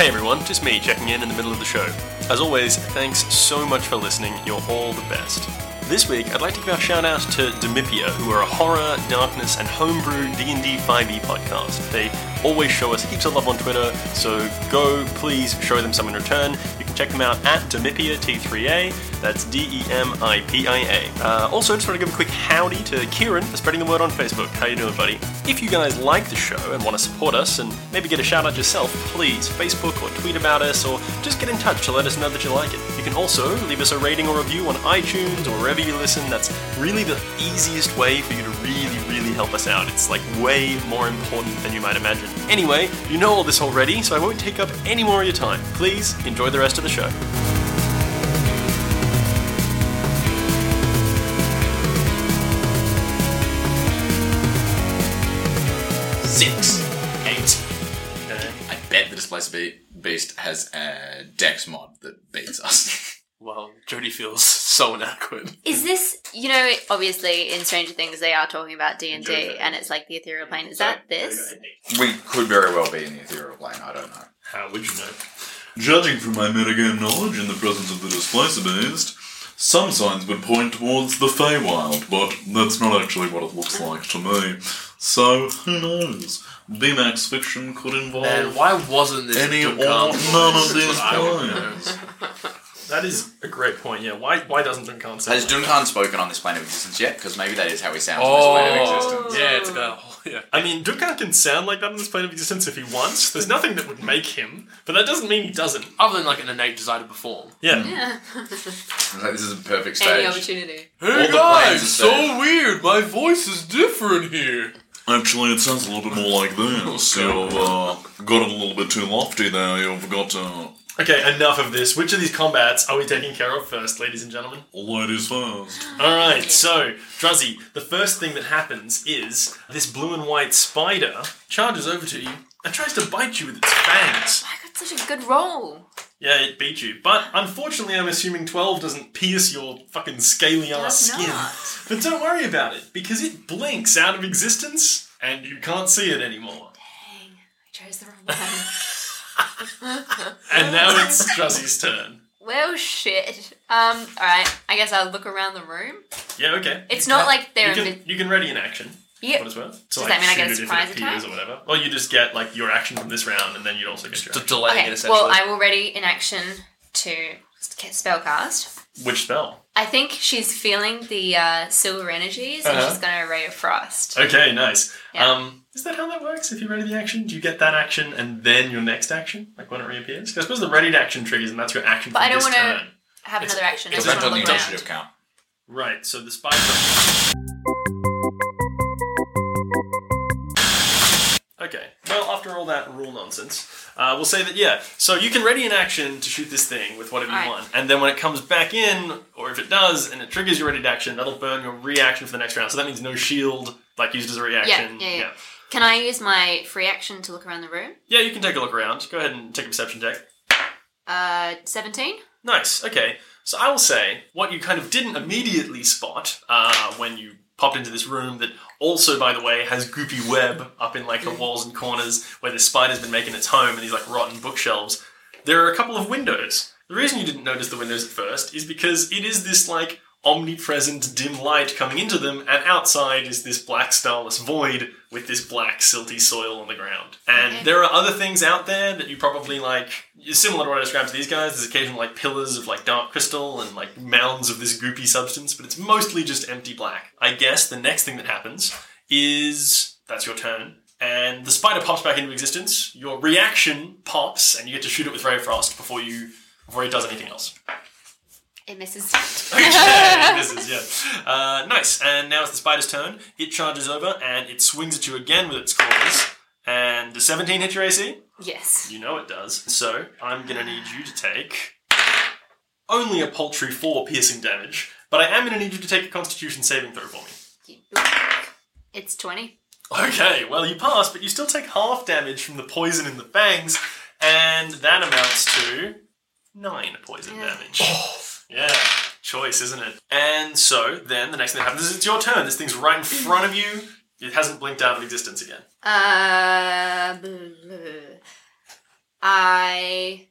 Speaker 1: Hey everyone, just me checking in in the middle of the show. As always, thanks so much for listening, you're all the best. This week, I'd like to give our shout out to Demipia, who are a horror, darkness, and homebrew D&D 5e podcast. They always show us heaps of love on Twitter, so go please show them some in return. You can check them out at Demipia T3A, that's E D-E-M-I-P-I-A. Uh, also, just want to give a quick howdy to Kieran for spreading the word on Facebook. How you doing, buddy? If you guys like the show and want to support us and maybe get a shout out yourself, please Facebook or tweet about us or just get in touch to let us know that you like it. You can also leave us a rating or review on iTunes or wherever you listen. That's really the easiest way for you to really, really help us out. It's like way more important than you might imagine. Anyway, you know all this already, so I won't take up any more of your time. Please enjoy the rest of the show.
Speaker 2: Six. Eight. I bet the displacer be- beast has a dex mod that beats us.
Speaker 4: Well, Jody feels so inadequate.
Speaker 3: Is this, you know, obviously in Stranger Things they are talking about D and D, and it's like the ethereal plane. Is that this?
Speaker 2: (laughs) we could very well be in the ethereal plane. I don't know.
Speaker 4: How would you know?
Speaker 7: Judging from my metagame knowledge in the presence of the Displacer Beast, some signs would point towards the Feywild, but that's not actually what it looks like to me. So, who knows? BMAX fiction could
Speaker 4: Man,
Speaker 7: involve
Speaker 4: why wasn't this
Speaker 7: any or
Speaker 4: took up?
Speaker 7: none of these
Speaker 4: I would
Speaker 7: plans.
Speaker 1: That is a great point, yeah. Why, why doesn't Duncan say
Speaker 2: Has Duncan spoken on this plane of existence yet? Because maybe that is how he sounds on this plane of existence.
Speaker 4: Oh,
Speaker 3: existence.
Speaker 4: yeah, it's about (laughs) yeah.
Speaker 1: I mean, Duncan can sound like that on this plane of existence if he wants. There's nothing that would make him, but that doesn't mean he doesn't.
Speaker 4: Other than like an innate desire to perform.
Speaker 1: Yeah.
Speaker 3: Yeah.
Speaker 2: It's like, this is a perfect
Speaker 3: Any
Speaker 2: stage.
Speaker 3: opportunity.
Speaker 4: Hey
Speaker 2: the plans are there.
Speaker 4: weird. My voice is different here.
Speaker 7: Actually, it sounds a little bit more like this. You've uh, gotten a little bit too lofty there. You've got, uh,
Speaker 1: Okay, enough of this. Which of these combats are we taking care of first, ladies and gentlemen?
Speaker 7: ladies first.
Speaker 1: All right, so Druzzy, the first thing that happens is this blue and white spider charges over to you and tries to bite you with its fangs.
Speaker 3: I got such a good roll.
Speaker 1: Yeah, it beat you, but unfortunately, I'm assuming twelve doesn't pierce your fucking scaly ass
Speaker 3: Does
Speaker 1: skin.
Speaker 3: not.
Speaker 1: But don't worry about it because it blinks out of existence and you can't see it anymore.
Speaker 3: Dang, I chose the wrong one. Oh.
Speaker 1: And now it's Druzzy's turn.
Speaker 3: well, shit. Um, all right. I guess I'll look around the room.
Speaker 1: Yeah, okay.
Speaker 3: It's not like they're
Speaker 1: you can,
Speaker 3: invi-
Speaker 1: you can ready an action.
Speaker 3: Yep.
Speaker 1: What as well? So,
Speaker 3: Does that mean I
Speaker 1: shoot
Speaker 3: get a
Speaker 1: it if it
Speaker 3: surprise
Speaker 1: appears
Speaker 3: attack?
Speaker 1: Or whatever. Or you just get like your action from this round, and then you'd also get your.
Speaker 4: D-
Speaker 1: action.
Speaker 4: delaying it
Speaker 3: Okay.
Speaker 4: essentially.
Speaker 3: Well, I'm already in action to spellcast.
Speaker 1: Which spell?
Speaker 3: I think she's feeling the uh, silver energies, and
Speaker 1: Uh-huh.
Speaker 3: she's going to ray of frost.
Speaker 1: Okay, nice.
Speaker 3: Yeah.
Speaker 1: Um, is that how that works? If you're ready the action, do you get that action and then your next action, like when it reappears? 'Cause I suppose the ready to action triggers, and that's your action.
Speaker 3: But
Speaker 1: for
Speaker 3: I don't
Speaker 1: this
Speaker 3: wanna-
Speaker 1: turn.
Speaker 3: I have another action. I
Speaker 2: Because
Speaker 3: just
Speaker 2: that
Speaker 3: want to
Speaker 2: doesn't
Speaker 3: look
Speaker 2: need initiative
Speaker 3: around.
Speaker 2: count.
Speaker 1: Right. So the spider. Okay. Well, after all that rule nonsense, uh, we'll say that yeah. So you can ready an action to shoot this thing with whatever you
Speaker 3: Alright.
Speaker 1: want, and then when it comes back in, or if it does, and it triggers your ready to action, that'll burn your reaction for the next round. So that means no shield, like used as a reaction.
Speaker 3: yeah, yeah. Can I use my free action to look around the room?
Speaker 1: Yeah, you can take a look around. Go ahead and take a perception check.
Speaker 3: Uh, seventeen.
Speaker 1: Nice. Okay. So I will say what you kind of didn't immediately spot uh, when you popped into this room that also, by the way, has goopy web up in like the walls and corners where this spider's been making its home in these like rotten bookshelves. There are a couple of windows. The reason you didn't notice the windows at first is because it is this like omnipresent dim light coming into them, and outside is this black starless void with this black silty soil on the ground. And there are other things out there that you probably like similar to what I described to these guys, there's occasional like pillars of like dark crystal and like mounds of this goopy substance, but it's mostly just empty black. I guess the next thing that happens is that's your turn. And the spider pops back into existence. Your reaction pops, and you get to shoot it with ray of frost before you before it does anything else.
Speaker 3: It misses.
Speaker 1: Okay, misses, yeah. Uh, nice. And now it's the spider's turn. It charges over and it swings at you again with its claws. And the 17 hit your AC?
Speaker 3: Yes.
Speaker 1: You know it does. So I'm going to need you to take only a paltry 4 piercing damage, but I am going to need you to take a constitution saving throw for me.
Speaker 3: It's 20.
Speaker 1: Okay, well, you pass, but you still take half damage from the poison in the fangs, and that amounts to nine poison damage. Yeah, choice, isn't it? And so, then the next thing that happens is it's your turn. This thing's right in front of you. It hasn't blinked out of existence again.
Speaker 3: Uh, bleh, bleh. I.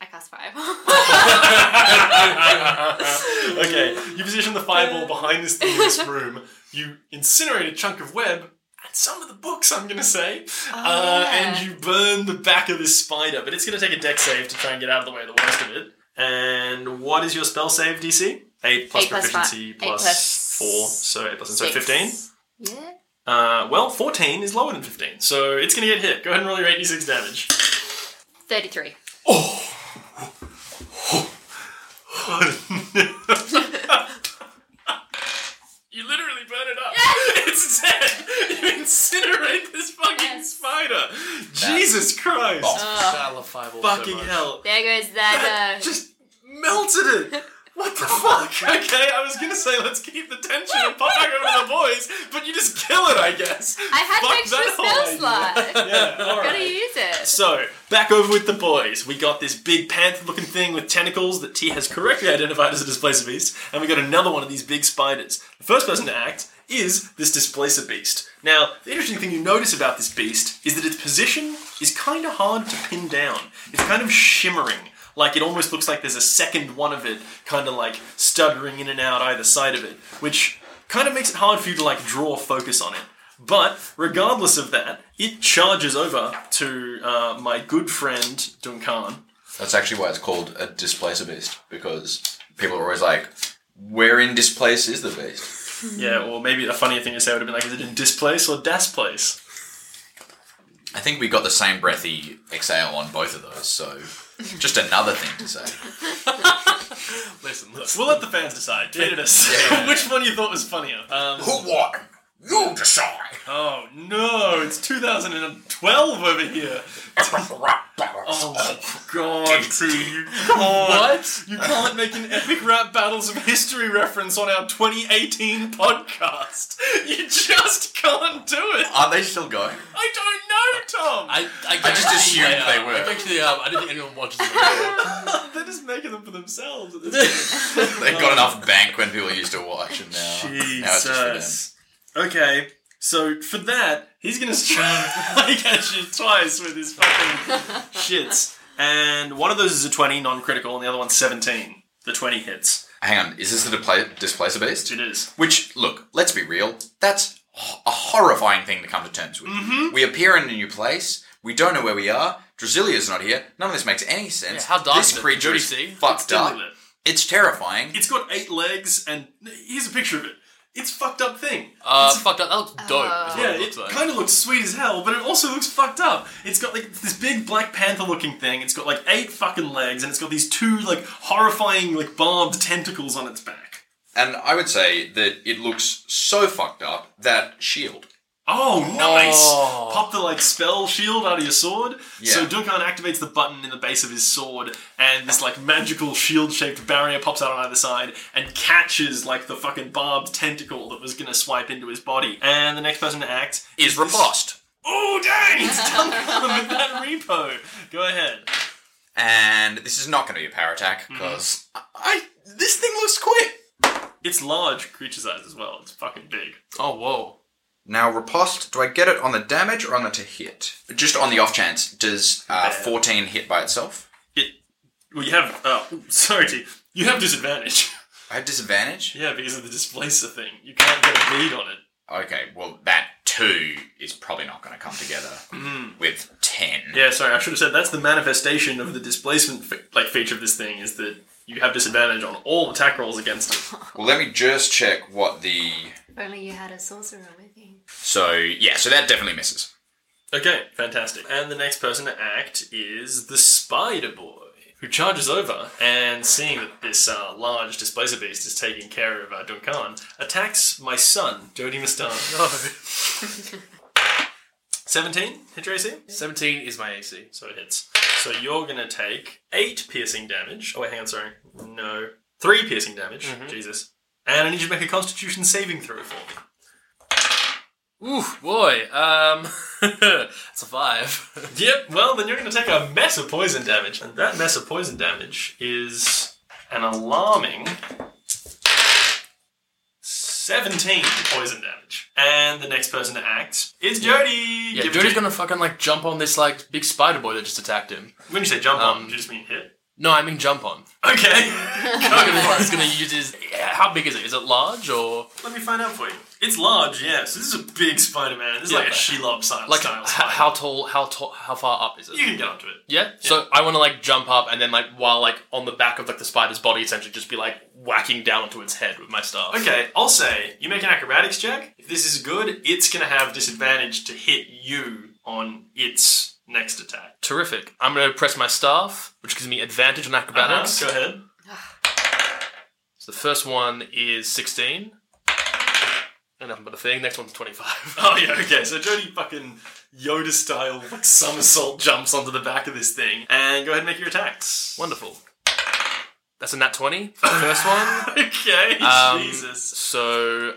Speaker 3: I cast fireball.
Speaker 1: Okay, you position the fireball behind this thing in this room. You incinerate a chunk of web and some of the books, I'm going to say, uh,
Speaker 3: Oh, yeah.
Speaker 1: and you burn the back of this spider. But it's going to take a deck save to try and get out of the way of the worst of it. And what is your spell save DC? Eight plus
Speaker 3: Eight plus
Speaker 1: proficiency
Speaker 3: fi- eight
Speaker 1: plus
Speaker 3: plus
Speaker 1: four, so eight plus (laughs) so
Speaker 3: Six.
Speaker 1: fifteen.
Speaker 3: yeah.
Speaker 1: Uh, well, fourteen is lower than fifteen, so it's going to get hit. Go ahead and roll your eighty-six damage. (laughs)
Speaker 3: 33.
Speaker 1: You literally burn it up. It's dead. You incinerate this fucking
Speaker 3: Yes.
Speaker 1: spider. Jesus Christ.
Speaker 4: I love Fireball so
Speaker 1: fucking
Speaker 4: much.
Speaker 1: hell.
Speaker 3: There goes that.
Speaker 1: (laughs)
Speaker 3: Uh,
Speaker 1: Just melted it. What the fuck? (laughs) Okay, I was gonna say let's keep the tension and pop back over the boys, but you just kill it, I guess.
Speaker 3: I had
Speaker 1: Fuck
Speaker 3: an extra
Speaker 1: that whole
Speaker 3: spell
Speaker 1: idea.
Speaker 3: slot.
Speaker 1: (laughs) Yeah,
Speaker 3: Gotta
Speaker 1: alright.
Speaker 3: use it.
Speaker 1: So, back over with the boys. We got this big panther looking thing with tentacles that T has correctly identified as a displacer beast, and we got another one of these big spiders. The first person to act is this displacer beast. Now, the interesting thing you notice about this beast is that its position is kind of hard to pin down. It's kind of shimmering. Like it almost looks like there's a second one of it kind of like stuttering in and out either side of it, which kind of makes it hard for you to like draw focus on it. But regardless of that, it charges over to uh, my good friend Duncan.
Speaker 2: That's actually why it's called a displacer beast because people are always like, "Where in displace is the beast?"
Speaker 1: Yeah, or maybe a funnier thing to say would have been like, is it in displace or dasplace?
Speaker 2: I think we got the same breathy exhale on both of those, so just another thing to say.
Speaker 4: Listen, listen.
Speaker 1: We'll let the fans decide. Tweet at us (laughs) which one you thought was funnier. Um,
Speaker 2: Who won? You decide. (laughs)
Speaker 1: oh no, it's 2012 over here. Oh god, T, you can't.
Speaker 4: What?
Speaker 1: You can't make an epic rap battles of history reference on our 2018 podcast. You just can't do it.
Speaker 2: Are they still going?
Speaker 1: I don't know, Tom.
Speaker 4: I, I,
Speaker 2: just assumed
Speaker 4: yeah,
Speaker 2: they were.
Speaker 4: I think they are. but I don't think anyone watches them.
Speaker 3: (laughs)
Speaker 4: anymore.
Speaker 1: They're just making them for themselves. at this (laughs) point.
Speaker 2: They've got enough bank when people used to watch, and now, now it's just
Speaker 1: Jesus. Okay, so for that, he's gonna strike (laughs) like at you twice with his fucking shits. And one of those is a 20, non critical, and the other one's 17. The 20 hits.
Speaker 2: for them. Hang on, is this the depla- displacer beast?
Speaker 1: It is.
Speaker 2: Which, look, let's be real, that's h- a horrifying thing to come to terms with. We appear in a new place, we don't know where we are, Drasilia's not here, none of this makes any sense.
Speaker 4: Yeah, how dark is
Speaker 2: This
Speaker 4: it?
Speaker 2: creature
Speaker 4: Dirty
Speaker 2: is
Speaker 4: sea?
Speaker 2: fucked up.
Speaker 1: Deal with it.
Speaker 2: It's terrifying.
Speaker 1: It's got eight legs, and here's a picture of it. It's fucked up thing.
Speaker 4: Uh, fucked up. That looks dope. is what
Speaker 1: Yeah,
Speaker 4: it
Speaker 1: it
Speaker 4: looks like.
Speaker 1: kind of looks sweet as hell, but it also looks fucked up. It's got like this big black panther looking thing. It's got like eight fucking legs, and it's got these two like horrifying like barbed tentacles on its back.
Speaker 2: And I would say that it looks so fucked up that shield.
Speaker 1: Oh, nice!
Speaker 4: Oh.
Speaker 1: Pop the like spell shield out of your sword.
Speaker 2: Yeah.
Speaker 1: So Duncan activates the button in the base of his sword, and this like magical shield-shaped barrier pops out on either side and catches like the fucking barbed tentacle that was gonna swipe into his body. And the next person to act
Speaker 2: Is riposte.
Speaker 1: Oh dang! It's Duncan with that repo. Go ahead.
Speaker 2: And this is not going to be a power attack because I, I this thing looks quick.
Speaker 1: It's large creature size as well. It's fucking big.
Speaker 4: Oh whoa.
Speaker 2: Now riposte, do I get it on the damage or on the to hit? Just on the off chance, does uh,
Speaker 1: Bad.
Speaker 2: fourteen hit by itself?
Speaker 1: It. Well, you have. Oh, sorry, T. You have disadvantage. (laughs)
Speaker 2: I have disadvantage?
Speaker 1: Yeah, because of the displacer thing. You can't get a bleed on it.
Speaker 2: Okay, well, that two is probably not going to come together with ten.
Speaker 1: Mm-hmm. Yeah, sorry, I should have said that's the manifestation of the displacement fe- like feature of this thing is that you have disadvantage on all attack rolls against it.
Speaker 2: Well, let me just check what the.
Speaker 3: If only you had a sorcerer with you.
Speaker 2: So, yeah, so that definitely misses.
Speaker 1: (laughs) Okay, fantastic. And the next person to act is the Spider Boy, who charges over and seeing that this uh, large displacer beast is taking care of uh, Duncan, attacks my son, Jody (laughs) Mustard.
Speaker 4: No.
Speaker 1: 17, hit your AC?
Speaker 4: 17 is my AC.
Speaker 1: So it hits. So you're going to take 8 piercing damage. Oh, wait, hang on, sorry. No. 3 piercing damage.
Speaker 4: Mm-hmm.
Speaker 1: Jesus. And I need you to make a constitution saving throw for me.
Speaker 4: Ooh, boy. Um, (laughs) that's a five.
Speaker 1: Yep, well, then you're going to take a mess of poison damage. And that mess of poison damage is an alarming 17 poison damage. And the next person to act is Jody!
Speaker 4: Yeah,
Speaker 1: Give it
Speaker 4: Jody's
Speaker 1: to-
Speaker 4: gonna fucking like jump on this like big spider boy that just attacked him.
Speaker 1: When you say jump on,
Speaker 4: Um,
Speaker 1: do you just mean hit?
Speaker 4: No, I mean jump on.
Speaker 1: Okay! (laughs)
Speaker 4: He's gonna use his. yeah, How big is it? Is it large or
Speaker 1: Let me find out for you. It's large, yes. This is a big Spider Man. This is
Speaker 4: Yeah,
Speaker 1: like a
Speaker 4: but-
Speaker 1: Shelob style.
Speaker 4: like
Speaker 1: style
Speaker 4: h-
Speaker 1: spider.
Speaker 4: how tall? How tall? How far up is it?
Speaker 1: You can get onto it.
Speaker 4: Yeah? So I want to like jump up and then like while like on the back of like the spider's body, essentially just be like whacking down onto its head with my staff.
Speaker 1: Okay, I'll say you make an acrobatics check. If this is good, it's going to have disadvantage to hit you on its next attack.
Speaker 4: Terrific. I'm gonna press my staff, which gives me advantage on acrobatics.
Speaker 1: Uh-huh, Go ahead.
Speaker 4: So the first one is 16. And nothing but a thing. Next one's 25.
Speaker 1: Oh yeah, okay. So Jody fucking Yoda style like somersault jumps onto the back of this thing, and go ahead and make your attacks.
Speaker 4: Wonderful. That's a nat 20 for the first one.
Speaker 1: Okay,
Speaker 4: Um,
Speaker 1: Jesus.
Speaker 4: So,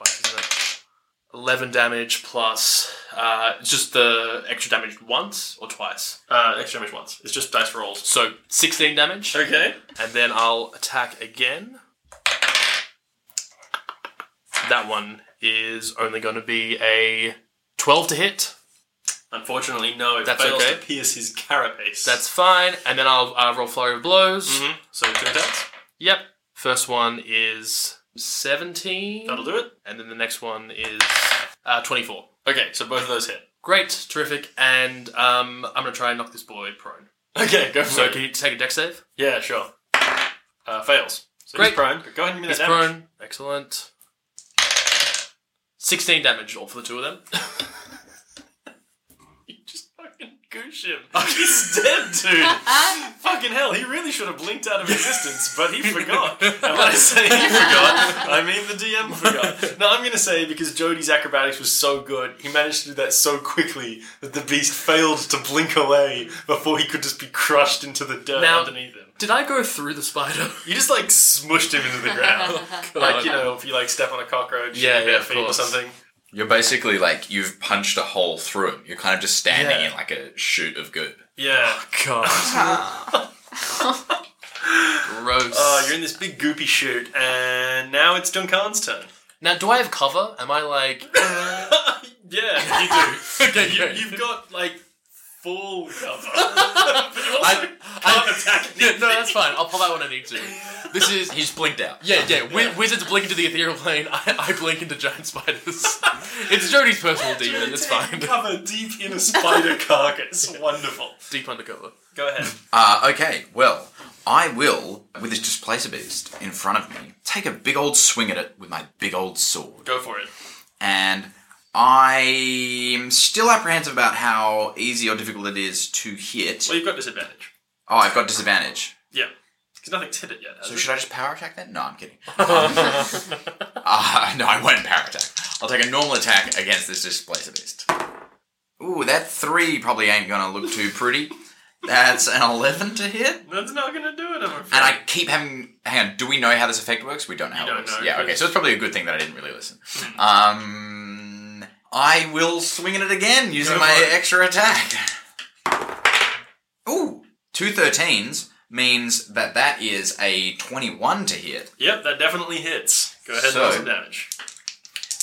Speaker 4: 11 damage plus uh, it's just the extra damage once or twice.
Speaker 1: Uh, extra damage once. It's just dice rolls.
Speaker 4: So, 16 damage.
Speaker 1: Okay.
Speaker 4: And then I'll attack again. That one is only going to be a 12 to hit.
Speaker 1: Unfortunately, no. It
Speaker 4: That's
Speaker 1: fails
Speaker 4: okay.
Speaker 1: to pierce his carapace.
Speaker 4: That's fine. And then I'll uh, roll flurry of blows.
Speaker 1: Mhm. so two attacks.
Speaker 4: Yep. First one is 17.
Speaker 1: That'll do it.
Speaker 4: And then the next one is uh, 24.
Speaker 1: Okay, so both of those hit. (laughs)
Speaker 4: Great, terrific, and um, I'm gonna try and knock this boy prone.
Speaker 1: Okay, go for
Speaker 4: So
Speaker 1: it.
Speaker 4: can you take a deck save?
Speaker 1: Yeah, sure. Uh, fails. So
Speaker 4: Great.
Speaker 1: he's prone. Go ahead and give me that
Speaker 4: He's
Speaker 1: damage. (laughs)
Speaker 4: prone. Excellent. Sixteen damage, all for the two of them. (laughs)
Speaker 1: You just fucking goosh him. (laughs) he's dead, dude. fucking hell, he really should have blinked out of existence,
Speaker 4: (laughs)
Speaker 1: but he forgot. And when I say he forgot, I mean the
Speaker 4: (laughs)
Speaker 1: DM forgot. No, I'm going to say because Jody's acrobatics was so good, he managed to do that so quickly that the beast failed to blink away before he could just be crushed into the dirt
Speaker 4: Now-
Speaker 1: underneath him.
Speaker 4: Did I go through the spider? (laughs)
Speaker 1: You just like smushed him into the ground. like, you know, if you like step on a cockroach,
Speaker 4: uh, Yeah,
Speaker 1: yeah,
Speaker 4: yeah,
Speaker 1: bare
Speaker 4: of
Speaker 1: feet or
Speaker 4: course.
Speaker 1: something.
Speaker 2: You're basically like, you've punched a hole through him. You're kind of just standing
Speaker 1: Yeah.
Speaker 2: in like a chute of goop.
Speaker 1: Yeah.
Speaker 4: God, (laughs) gross.
Speaker 1: Uh, you're in this big goopy chute, and now it's Duncan's turn.
Speaker 4: now, do I have cover? Am I like?
Speaker 1: (laughs) Yeah, you do.
Speaker 4: okay,
Speaker 1: you,
Speaker 4: great.
Speaker 1: you've got like full cover, but you also
Speaker 4: I-
Speaker 1: (laughs) can't attack
Speaker 4: (laughs) Yeah,
Speaker 1: anything.
Speaker 4: no, that's fine. I'll pull out when I need to. This is
Speaker 2: He's blinked out.
Speaker 4: yeah, yeah. wi- Wizards blink into the ethereal plane. (laughs) I, I blink into giant spiders. (laughs) it's Jody's personal demon. It's
Speaker 1: (laughs)
Speaker 4: fine.
Speaker 1: Cover deep in a spider carcass. Wonderful.
Speaker 4: Deep undercover.
Speaker 1: Go ahead.
Speaker 2: Uh, okay, well, I will, with this displacer beast in front of me, take a big old swing at it with my big old sword.
Speaker 1: Go for it.
Speaker 2: And I'm still apprehensive about how easy or difficult it is to hit.
Speaker 1: Well, you've got disadvantage.
Speaker 2: Oh, I've got disadvantage.
Speaker 1: Yeah, because nothing's hit it yet. Has
Speaker 2: So
Speaker 1: it?
Speaker 2: should I just power attack then? No, I'm kidding. Um, (laughs) uh, no, I won't power attack. I'll take a normal attack against this displacer beast. Ooh, that three probably ain't gonna look too pretty. That's an eleven to hit.
Speaker 1: That's not gonna do it. I'm afraid.
Speaker 2: And I keep having. Hang on. Do we know how this effect works? We don't know how
Speaker 1: You
Speaker 2: it
Speaker 1: don't
Speaker 2: works.
Speaker 1: know,
Speaker 2: yeah. Okay.
Speaker 1: because- Hmm.
Speaker 2: So it's probably a good thing that I didn't really listen. Um, I will swing at it again using
Speaker 1: Go
Speaker 2: my
Speaker 1: for it.
Speaker 2: extra attack. Ooh, two 13s means that that is a twenty-one to hit.
Speaker 1: Yep, that definitely hits. Go ahead
Speaker 2: So-
Speaker 1: and roll some damage.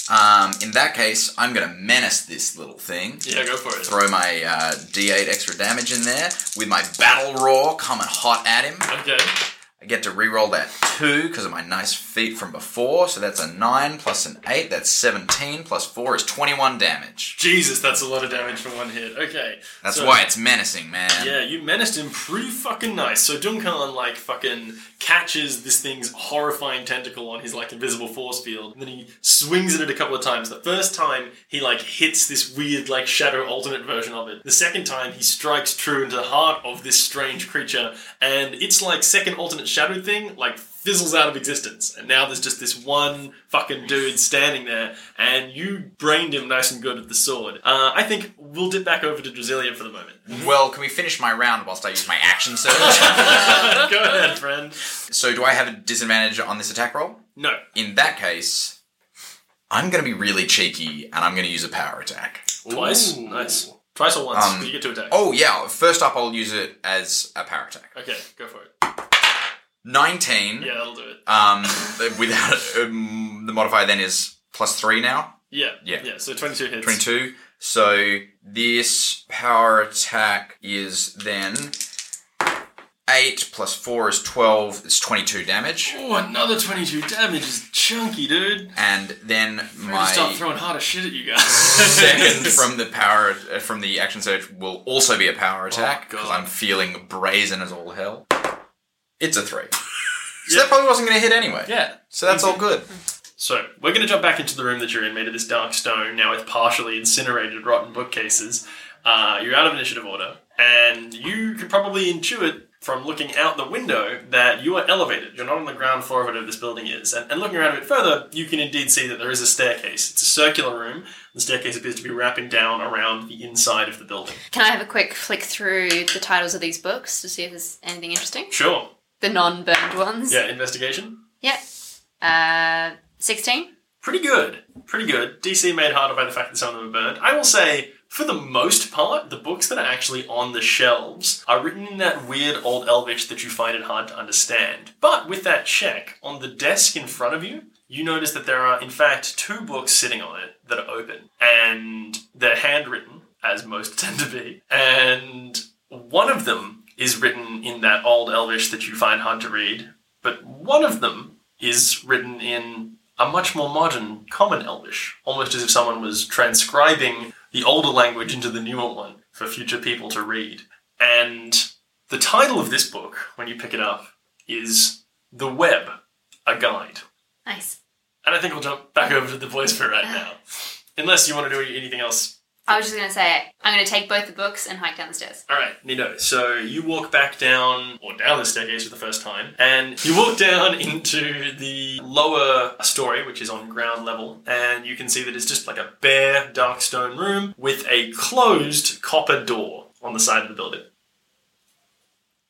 Speaker 2: Um, in that case, I'm gonna menace this little thing.
Speaker 1: Yeah, go for it.
Speaker 2: Throw my uh, D8 extra damage in there with my battle roar coming hot at him.
Speaker 1: Okay.
Speaker 2: I get to reroll that two because of my nice feat from before. So that's a nine plus an eight. That's seventeen plus four is twenty-one damage.
Speaker 1: Jesus, that's a lot of damage for one hit. Okay.
Speaker 2: That's
Speaker 1: so-
Speaker 2: why it's menacing, man.
Speaker 1: Yeah, you menaced him pretty fucking nice. So Duncan like fucking catches this thing's horrifying tentacle on his like invisible force field, and then he swings at it a couple of times. The first time he like hits this weird like shadow alternate version of it. The second time he strikes true into the heart of this strange creature, and its like second alternate shadow thing like fizzles out of existence. And now there's just this one fucking dude standing there, and you brained him nice and good with the sword. Uh, I think we'll dip back over to Drasilia for the moment.
Speaker 2: Well, can we finish my round whilst I use my action surge?
Speaker 1: (laughs) Go ahead, friend.
Speaker 2: so do I have a disadvantage on this attack roll?
Speaker 1: No.
Speaker 2: In that case, I'm going to be really cheeky and I'm going to use a power attack.
Speaker 1: Twice?
Speaker 4: Ooh.
Speaker 1: Nice. Twice or once?
Speaker 2: Um,
Speaker 1: 'cause you get two attacks.
Speaker 2: Oh yeah, first up I'll use it as a power attack.
Speaker 1: Okay, go for it.
Speaker 2: 19
Speaker 1: Yeah, that'll do it.
Speaker 2: um (laughs) without um, the modifier then is plus 3 now.
Speaker 1: Yeah.
Speaker 2: Yeah.
Speaker 1: Yeah, so 22 hits.
Speaker 2: 22. So this power attack is then 8 plus 4 is 12. It's 22 damage.
Speaker 1: Oh, another 22 damage is chunky, dude.
Speaker 2: And then
Speaker 1: I'm gonna start
Speaker 2: my
Speaker 1: throwing (laughs) harder shit at you guys.
Speaker 2: (laughs)
Speaker 1: (laughs)
Speaker 2: second from the power uh, from the action surge will also be a power attack
Speaker 1: Oh, God.
Speaker 2: because I'm feeling brazen as all hell. It's a
Speaker 1: (laughs)
Speaker 2: three. So that probably wasn't going to hit anyway.
Speaker 1: Yeah.
Speaker 2: So that's all good.
Speaker 1: So, we're going to jump back into the room that you're in, made of this dark stone, now with partially incinerated rotten bookcases. Uh, you're out of initiative order, and you could probably intuit from looking out the window that you are elevated. You're not on the ground floor of whatever this building is. And, and looking around a bit further, you can indeed see that there is a staircase. It's a circular room. The staircase appears to be wrapping down around the inside of the building.
Speaker 3: Can I have a quick flick through the titles of these books to see if there's anything interesting?
Speaker 1: Sure.
Speaker 3: The non-burned ones.
Speaker 1: Yeah, investigation.
Speaker 3: Yep. Uh, sixteen.
Speaker 1: pretty good. Pretty good. DC made harder by the fact that some of them are burned. I will say, for the most part, the books that are actually on the shelves are written in that weird old Elvish that you find it hard to understand. But with that check, on the desk in front of you, you notice that there are, in fact, two books sitting on it that are open. And they're handwritten, as most (laughs) tend to be. And one of them is written in that old Elvish that you find hard to read, but one of them is written in a much more modern common Elvish, almost as if someone was transcribing the older language into the newer one for future people to read. And the title of this book, when you pick it up, is The Web, a Guide.
Speaker 3: Nice.
Speaker 1: And I think we'll jump back over to the voice for right now. Unless you want to do anything else
Speaker 3: I was just gonna say I'm gonna take both the books and hike down the stairs.
Speaker 1: All right, Nino. So you walk back down, or down the staircase for the first time, and you walk (laughs) down into the lower story, which is on ground level, and you can see that it's just like a bare, dark stone room with a closed copper door on the side of the building.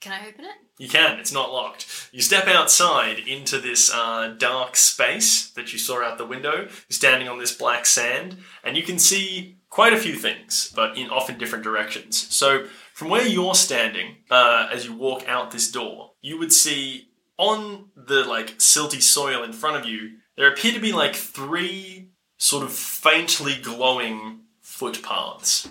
Speaker 3: Can I open it?
Speaker 1: You can, it's not locked. You step outside into this uh, dark space that you saw out the window, you're standing on this black sand, and you can see quite a few things, but in often different directions. So, from where you're standing, uh, as you walk out this door, you would see on the like silty soil in front of you, there appear to be like three sort of faintly glowing footpaths.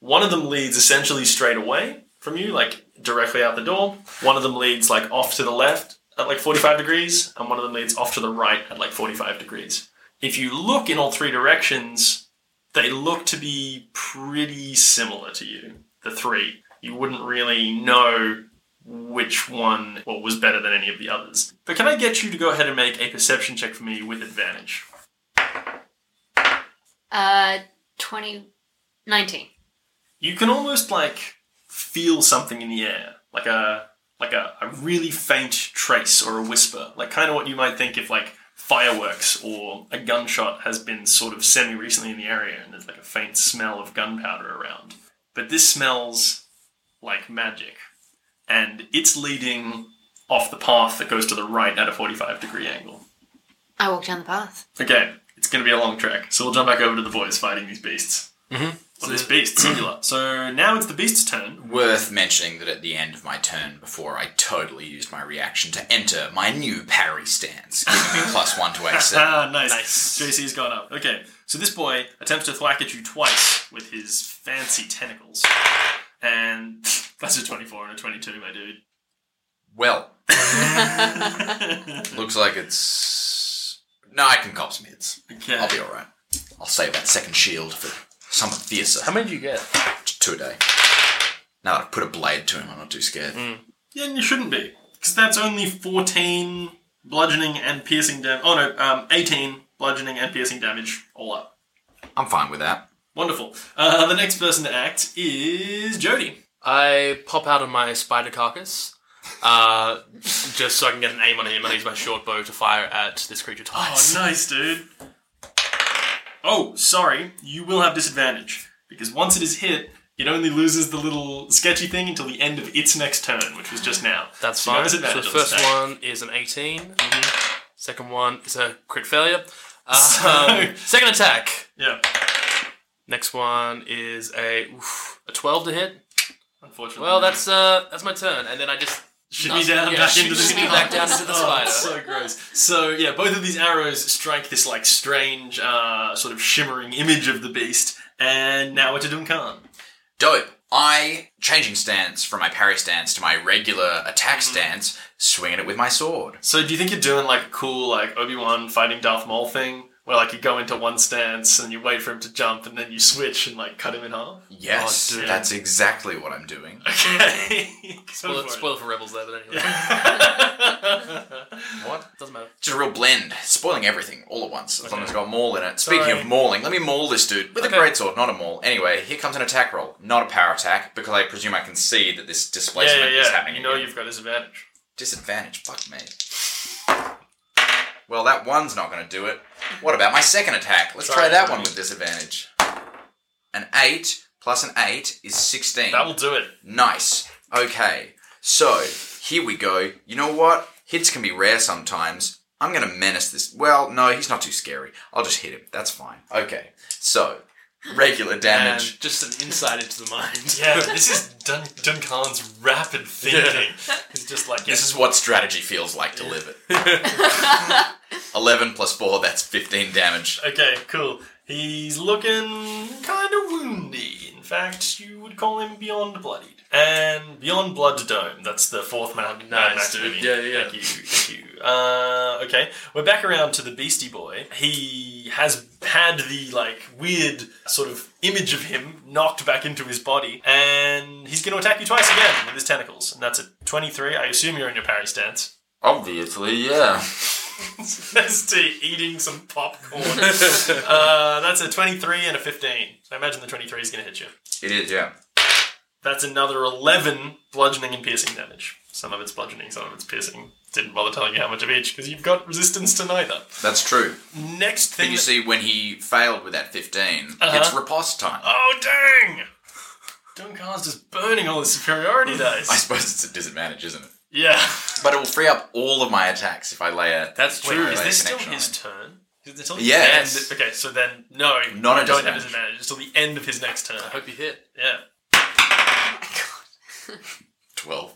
Speaker 1: One of them leads essentially straight away from you, like directly out the door. One of them leads like off to the left at like 45 degrees, and one of them leads off to the right at like 45 degrees. If you look in all three directions, they look to be pretty similar to you, the three. You wouldn't really know which one well, was better than any of the others. But can I get you to go ahead and make a perception check for me with advantage?
Speaker 3: Uh, twenty, nineteen.
Speaker 1: you can almost like feel something in the air, like a like a, a really faint trace or a whisper, like kind of what you might think if like fireworks or a gunshot has been sort of semi recently in the area, and there's like a faint smell of gunpowder around. But this smells like magic, and it's leading off the path that goes to the right at a 45 degree angle.
Speaker 3: I walk down the path.
Speaker 1: Okay, it's going to be a long trek, so we'll jump back over to the boys fighting these beasts. Mm-hmm. Or this beast, singular. so now it's the beast's turn.
Speaker 2: Worth mentioning that at the end of my turn, before I totally used my reaction to enter my new parry stance, giving me plus one to
Speaker 4: (laughs)
Speaker 2: AC.
Speaker 1: Ah, nice. JC's gone up. Okay, so this boy attempts to thwack at you twice with his (laughs) fancy tentacles. And that's a 24 and a 22, my dude.
Speaker 2: Well, looks like it's. No, I can cop some hits.
Speaker 1: Okay.
Speaker 2: I'll be alright. I'll save that second shield for something fiercer.
Speaker 4: How many do you get?
Speaker 2: Two a day. Now I've put a blade to him, I'm not too scared.
Speaker 4: Mm.
Speaker 1: Yeah, and you shouldn't be. Because that's only 14 bludgeoning and piercing damage. Oh no, um, 18 bludgeoning and piercing damage all up.
Speaker 2: I'm fine with that.
Speaker 1: Wonderful. Uh, the next person to act is Jody.
Speaker 4: I pop out of my spider carcass, uh, just so I can get an aim on him, and I use my short bow to fire at this creature
Speaker 1: Oh,
Speaker 4: twice.
Speaker 1: nice, dude. Oh, sorry. You will have disadvantage. Because once it is hit, it only loses the little sketchy thing until the end of its next turn, which was just now.
Speaker 4: That's
Speaker 1: So you
Speaker 4: fine.
Speaker 1: got
Speaker 4: So
Speaker 1: disadvantage
Speaker 4: the
Speaker 1: on this
Speaker 4: first
Speaker 1: attack.
Speaker 4: one is an 18. Second one is a crit failure. Uh,
Speaker 1: Mm-hmm. (laughs) So-
Speaker 4: um, second attack.
Speaker 1: Yeah,
Speaker 4: Next one is a oof, a 12 to hit.
Speaker 1: unfortunately.
Speaker 4: Well, that's uh that's my turn, and then I just
Speaker 1: Shoot me down
Speaker 4: yeah,
Speaker 1: back
Speaker 4: shoot
Speaker 1: into the
Speaker 4: me
Speaker 1: spider.
Speaker 4: back down into the
Speaker 1: (laughs) Oh,
Speaker 4: spider.
Speaker 1: that's so gross. So yeah, both of these arrows strike this like strange, uh, sort of shimmering image of the beast, and now we're to Duncan.
Speaker 2: Dope. I, changing stance from my parry stance to my regular attack stance, swinging it with my sword.
Speaker 1: So do you think you're doing like a cool like Obi Wan fighting Darth Maul thing, where like you go into one stance and you wait for him to jump, and then you switch and like cut him in
Speaker 2: (laughs)
Speaker 1: half?
Speaker 2: Yes,
Speaker 4: dude.
Speaker 2: that's exactly what I'm doing.
Speaker 1: Okay. Go
Speaker 4: Spoil-
Speaker 1: for it.
Speaker 4: spoiler for rebels there, but anyway, (laughs)
Speaker 2: What?
Speaker 4: doesn't matter.
Speaker 2: Just a real blend, spoiling everything all at once, as long as it's got maul in it. Speaking
Speaker 1: Sorry.
Speaker 2: of mauling, let me maul this dude with
Speaker 4: Okay.
Speaker 2: a greatsword, not a maul. Anyway, here comes an attack roll, not a power attack, because I presume I can see that this
Speaker 1: yeah,
Speaker 2: displacement
Speaker 1: yeah,
Speaker 2: is
Speaker 1: yeah.
Speaker 2: happening.
Speaker 1: You know
Speaker 2: again.
Speaker 1: you've got disadvantage.
Speaker 2: Disadvantage, fuck me. Well, that one's not going to do it. What about my second attack? Let's
Speaker 1: Try
Speaker 2: try that
Speaker 1: it.
Speaker 2: one with disadvantage. An 8 plus an 8 is 16.
Speaker 1: That will do it.
Speaker 2: Nice. Okay. So, here we go. You know what? Hits can be rare sometimes. I'm going to menace this. Well, no, he's not too scary. I'll just hit him. That's fine. Okay. So, regular
Speaker 4: And
Speaker 2: damage.
Speaker 4: just an insight into the mind.
Speaker 1: Yeah, (laughs) this is Dun- Duncan's rapid thinking. He's just like,
Speaker 2: This is what strategy feels like to live it. 11 plus 4, that's 15 damage.
Speaker 1: Okay, cool. He's looking kind of woundy. In fact, you would call him beyond bloodied. And beyond blood dome. That's the fourth Mad, Mad Max
Speaker 4: dude.
Speaker 1: movie.
Speaker 4: Yeah, yeah, yeah.
Speaker 1: Thank you, thank you. Uh, okay, we're back around to the Beastie Boy. He has had the like weird sort of image of him knocked back into his body, and he's going to attack you twice again with his tentacles. And that's a twenty-three. I assume you're in your parry stance.
Speaker 2: Obviously, yeah.
Speaker 1: That's to eating some popcorn. uh, that's a 23 and a 15. I imagine the 23 is going to hit you.
Speaker 2: It is, yeah.
Speaker 1: That's another 11 bludgeoning and piercing damage. Some of it's bludgeoning, some of it's piercing. Didn't bother telling you how much of each because you've got resistance to neither.
Speaker 2: That's true.
Speaker 1: Next
Speaker 2: But
Speaker 1: thing.
Speaker 2: you
Speaker 1: that-
Speaker 2: see, when he failed with that 15,
Speaker 1: Uh-huh.
Speaker 2: it's riposte time.
Speaker 1: oh, dang! Duncan's just burning all his superiority
Speaker 2: I
Speaker 1: dice.
Speaker 2: suppose it's a disadvantage, isn't it?
Speaker 1: yeah.
Speaker 2: But it will free up all of my attacks if I lay a.
Speaker 4: That's
Speaker 1: Wait,
Speaker 4: true.
Speaker 1: is this still
Speaker 2: connection
Speaker 1: his
Speaker 2: line.
Speaker 1: turn? Is it still
Speaker 2: Yes.
Speaker 1: And, okay, so then, no.
Speaker 2: Not a
Speaker 1: you don't have
Speaker 2: disadvantage.
Speaker 1: disadvantage. It's till the end of his next turn.
Speaker 4: (laughs) I hope you hit.
Speaker 1: Yeah.
Speaker 2: 12.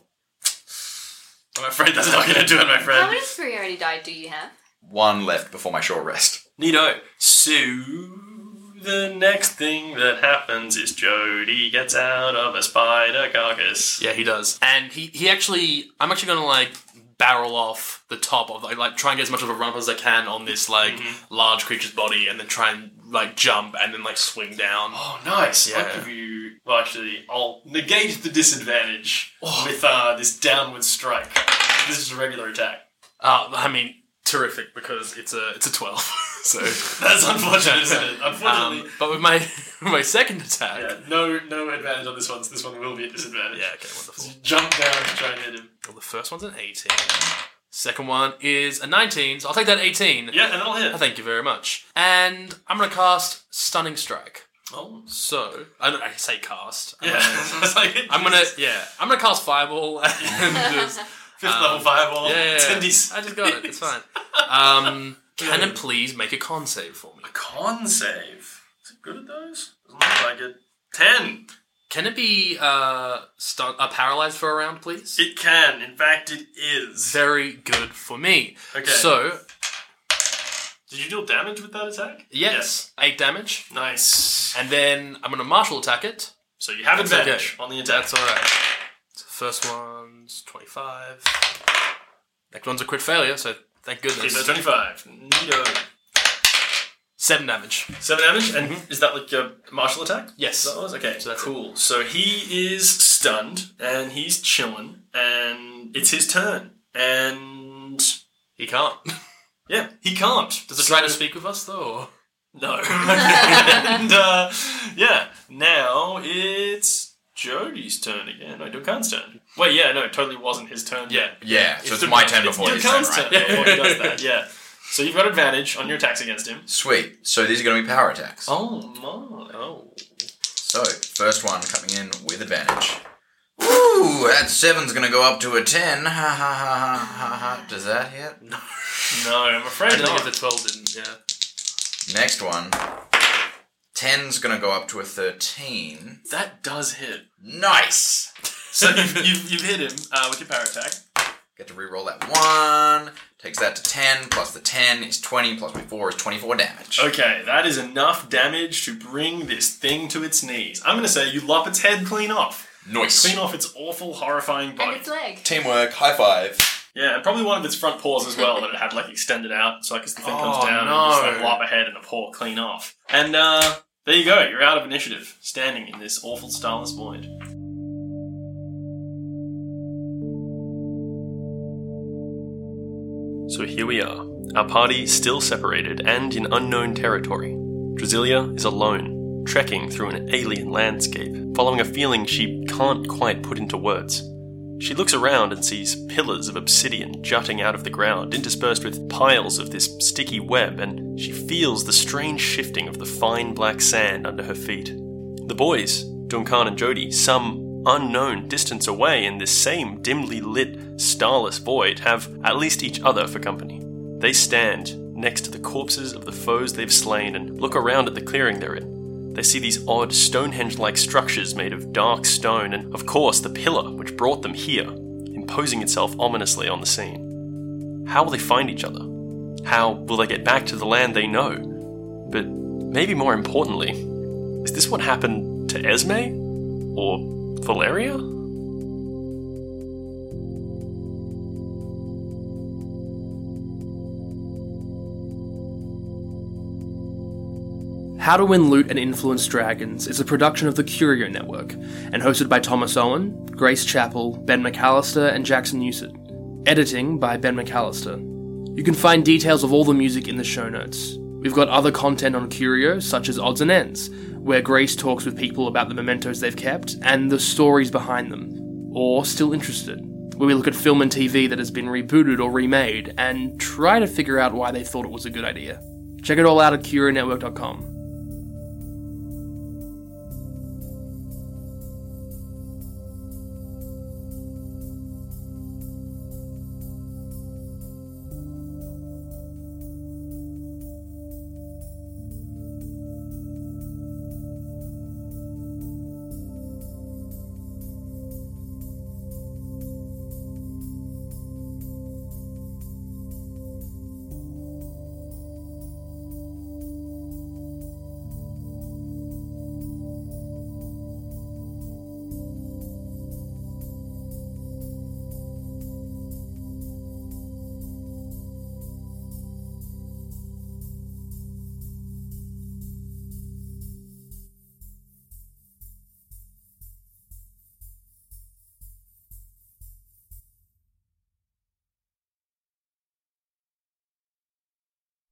Speaker 1: I'm afraid that's not going to do it, my friend.
Speaker 3: How many superiority die do you have?
Speaker 2: One left before my short rest.
Speaker 1: Neato. So the next thing that happens is Jody gets out of a spider carcass.
Speaker 4: Yeah, he does. And he, he actually, I'm actually going to like barrel off the top of like, like try and get as much of a run up as I can on this like large creature's body, and then try and like jump and then like swing down. (gasps)
Speaker 1: Oh, nice.
Speaker 4: Yeah.
Speaker 1: I'll give you. Well, actually, I'll negate the disadvantage
Speaker 4: Oh.
Speaker 1: with uh, this downward strike. This is a regular attack.
Speaker 4: Uh, I mean, terrific because it's a it's a twelve. (laughs) so,
Speaker 1: That's unfortunate,
Speaker 4: (laughs)
Speaker 1: isn't it? Unfortunately.
Speaker 4: um, but with my (laughs) with my second attack, yeah,
Speaker 1: yeah, no, no advantage on this one. So this one will be a disadvantage.
Speaker 4: okay, wonderful.
Speaker 1: Jump down and try and hit him.
Speaker 4: Well, the first one's an eighteen. Second one is a nineteen. So I'll take that eighteen.
Speaker 1: Yeah, and that'll hit.
Speaker 4: Oh, Thank you very much. And I'm going to cast stunning strike.
Speaker 1: Oh,
Speaker 4: So I, don't, I say cast. I'm
Speaker 1: (laughs) yeah.
Speaker 4: gonna-
Speaker 1: It's like,
Speaker 4: I'm
Speaker 1: (laughs)
Speaker 4: gonna yeah. I'm gonna cast fireball and just
Speaker 3: (laughs)
Speaker 1: fifth level fireball.
Speaker 4: um, yeah. yeah, yeah.
Speaker 1: 10d6.
Speaker 4: I just got it. It's fine. Um, can it please make a con save for me?
Speaker 1: Con save. Is it good at those? Doesn't look like it. Ten.
Speaker 4: Can it be uh, stun- uh paralyzed for a round, please?
Speaker 1: It can. In fact, it is.
Speaker 4: Very good for me.
Speaker 1: Okay.
Speaker 4: So
Speaker 1: Did you deal damage with that attack?
Speaker 4: yes, eight damage,
Speaker 1: Yes. Nice.
Speaker 4: and then I'm gonna martial attack it.
Speaker 1: So you have
Speaker 4: That's
Speaker 1: advantage
Speaker 4: okay.
Speaker 1: on the attack.
Speaker 4: That's all right.
Speaker 1: First one's 25. Next one's a crit failure, so thank goodness.
Speaker 8: Kilo 25. Neato.
Speaker 1: Seven damage.
Speaker 8: Seven damage, and is that like your martial attack?
Speaker 1: Mm-hmm. Yes.
Speaker 8: That was? Okay,
Speaker 1: So that's
Speaker 8: cool. So he is stunned, and he's chilling, and it's his turn. And
Speaker 1: He can't.
Speaker 8: yeah, he can't.
Speaker 1: Does it try to speak with us, though?
Speaker 8: No. and uh, yeah, now it's Jody's turn again. No, Duncan's turn. Wait, yeah, no, it totally wasn't his turn.
Speaker 1: Yeah.
Speaker 2: Yeah, so it's,
Speaker 1: Duncan-
Speaker 2: my turn before his turn,
Speaker 8: Duncan's
Speaker 2: right?
Speaker 8: turn before he does that. Yeah. So you've got advantage on your attacks against him.
Speaker 2: Sweet. So these are going to be power attacks.
Speaker 8: Oh my! Oh,
Speaker 2: So first one coming in with advantage. Ooh, that seven's going to go up to a ten. Ha ha ha ha ha ha. Does that hit? No.
Speaker 8: no, I'm
Speaker 1: I
Speaker 8: afraid
Speaker 1: don't think
Speaker 8: not.
Speaker 1: if the 12 didn't, yeah.
Speaker 2: Next one. Ten's going to go up to a thirteen.
Speaker 8: That does hit.
Speaker 2: Nice.
Speaker 8: So you've, you've, you've hit him uh, with your power attack.
Speaker 2: Get to re-roll that one. Takes that to ten. Plus the ten is twenty. Plus my four is twenty-four damage.
Speaker 8: Okay, that is enough damage to bring this thing to its knees. I'm going to say you lop its head clean off.
Speaker 2: Nice.
Speaker 8: Clean off its awful, horrifying
Speaker 3: And
Speaker 8: body.
Speaker 3: its leg.
Speaker 2: Teamwork. High five.
Speaker 8: Yeah, and probably one of its front paws as well that it had like extended out. So like as the thing comes
Speaker 1: Oh,
Speaker 8: down, and just like
Speaker 1: no.
Speaker 8: lop ahead and the paw clean off. And uh, there you go. You're out of initiative, standing in this awful starless void. So here we are, our party still separated and in unknown territory. Drasilia is alone, trekking through an alien landscape, following a feeling she can't quite put into words. She looks around and sees pillars of obsidian jutting out of the ground, interspersed with piles of this sticky web, and she feels the strange shifting of the fine black sand under her feet. The boys, Duncan and Jody, some unknown distance away in this same dimly lit, starless void, have at least each other for company. They stand next to the corpses of the foes they've slain and look around at the clearing they're in. They see these odd Stonehenge like structures made of dark stone, and of course, the pillar which brought them here, imposing itself ominously on the scene. How will they find each other? How will they get back to the land they know? But maybe more importantly, is this what happened to Esme? Or Valeria?
Speaker 4: How to Win Loot and Influence Dragons is a production of the Curio Network and hosted by Thomas Owen, Grace Chappell, Ben McAllister, and Jackson Newsett. Editing by Ben McAllister. You can find details of all the music in the show notes. We've got other content on Curio, such as Odds and Ends, where Grace talks with people about the mementos they've kept and the stories behind them, or still interested, where we look at film and TV that has been rebooted or remade and try to figure out why they thought it was a good idea. Check it all out at CurioNetwork.com.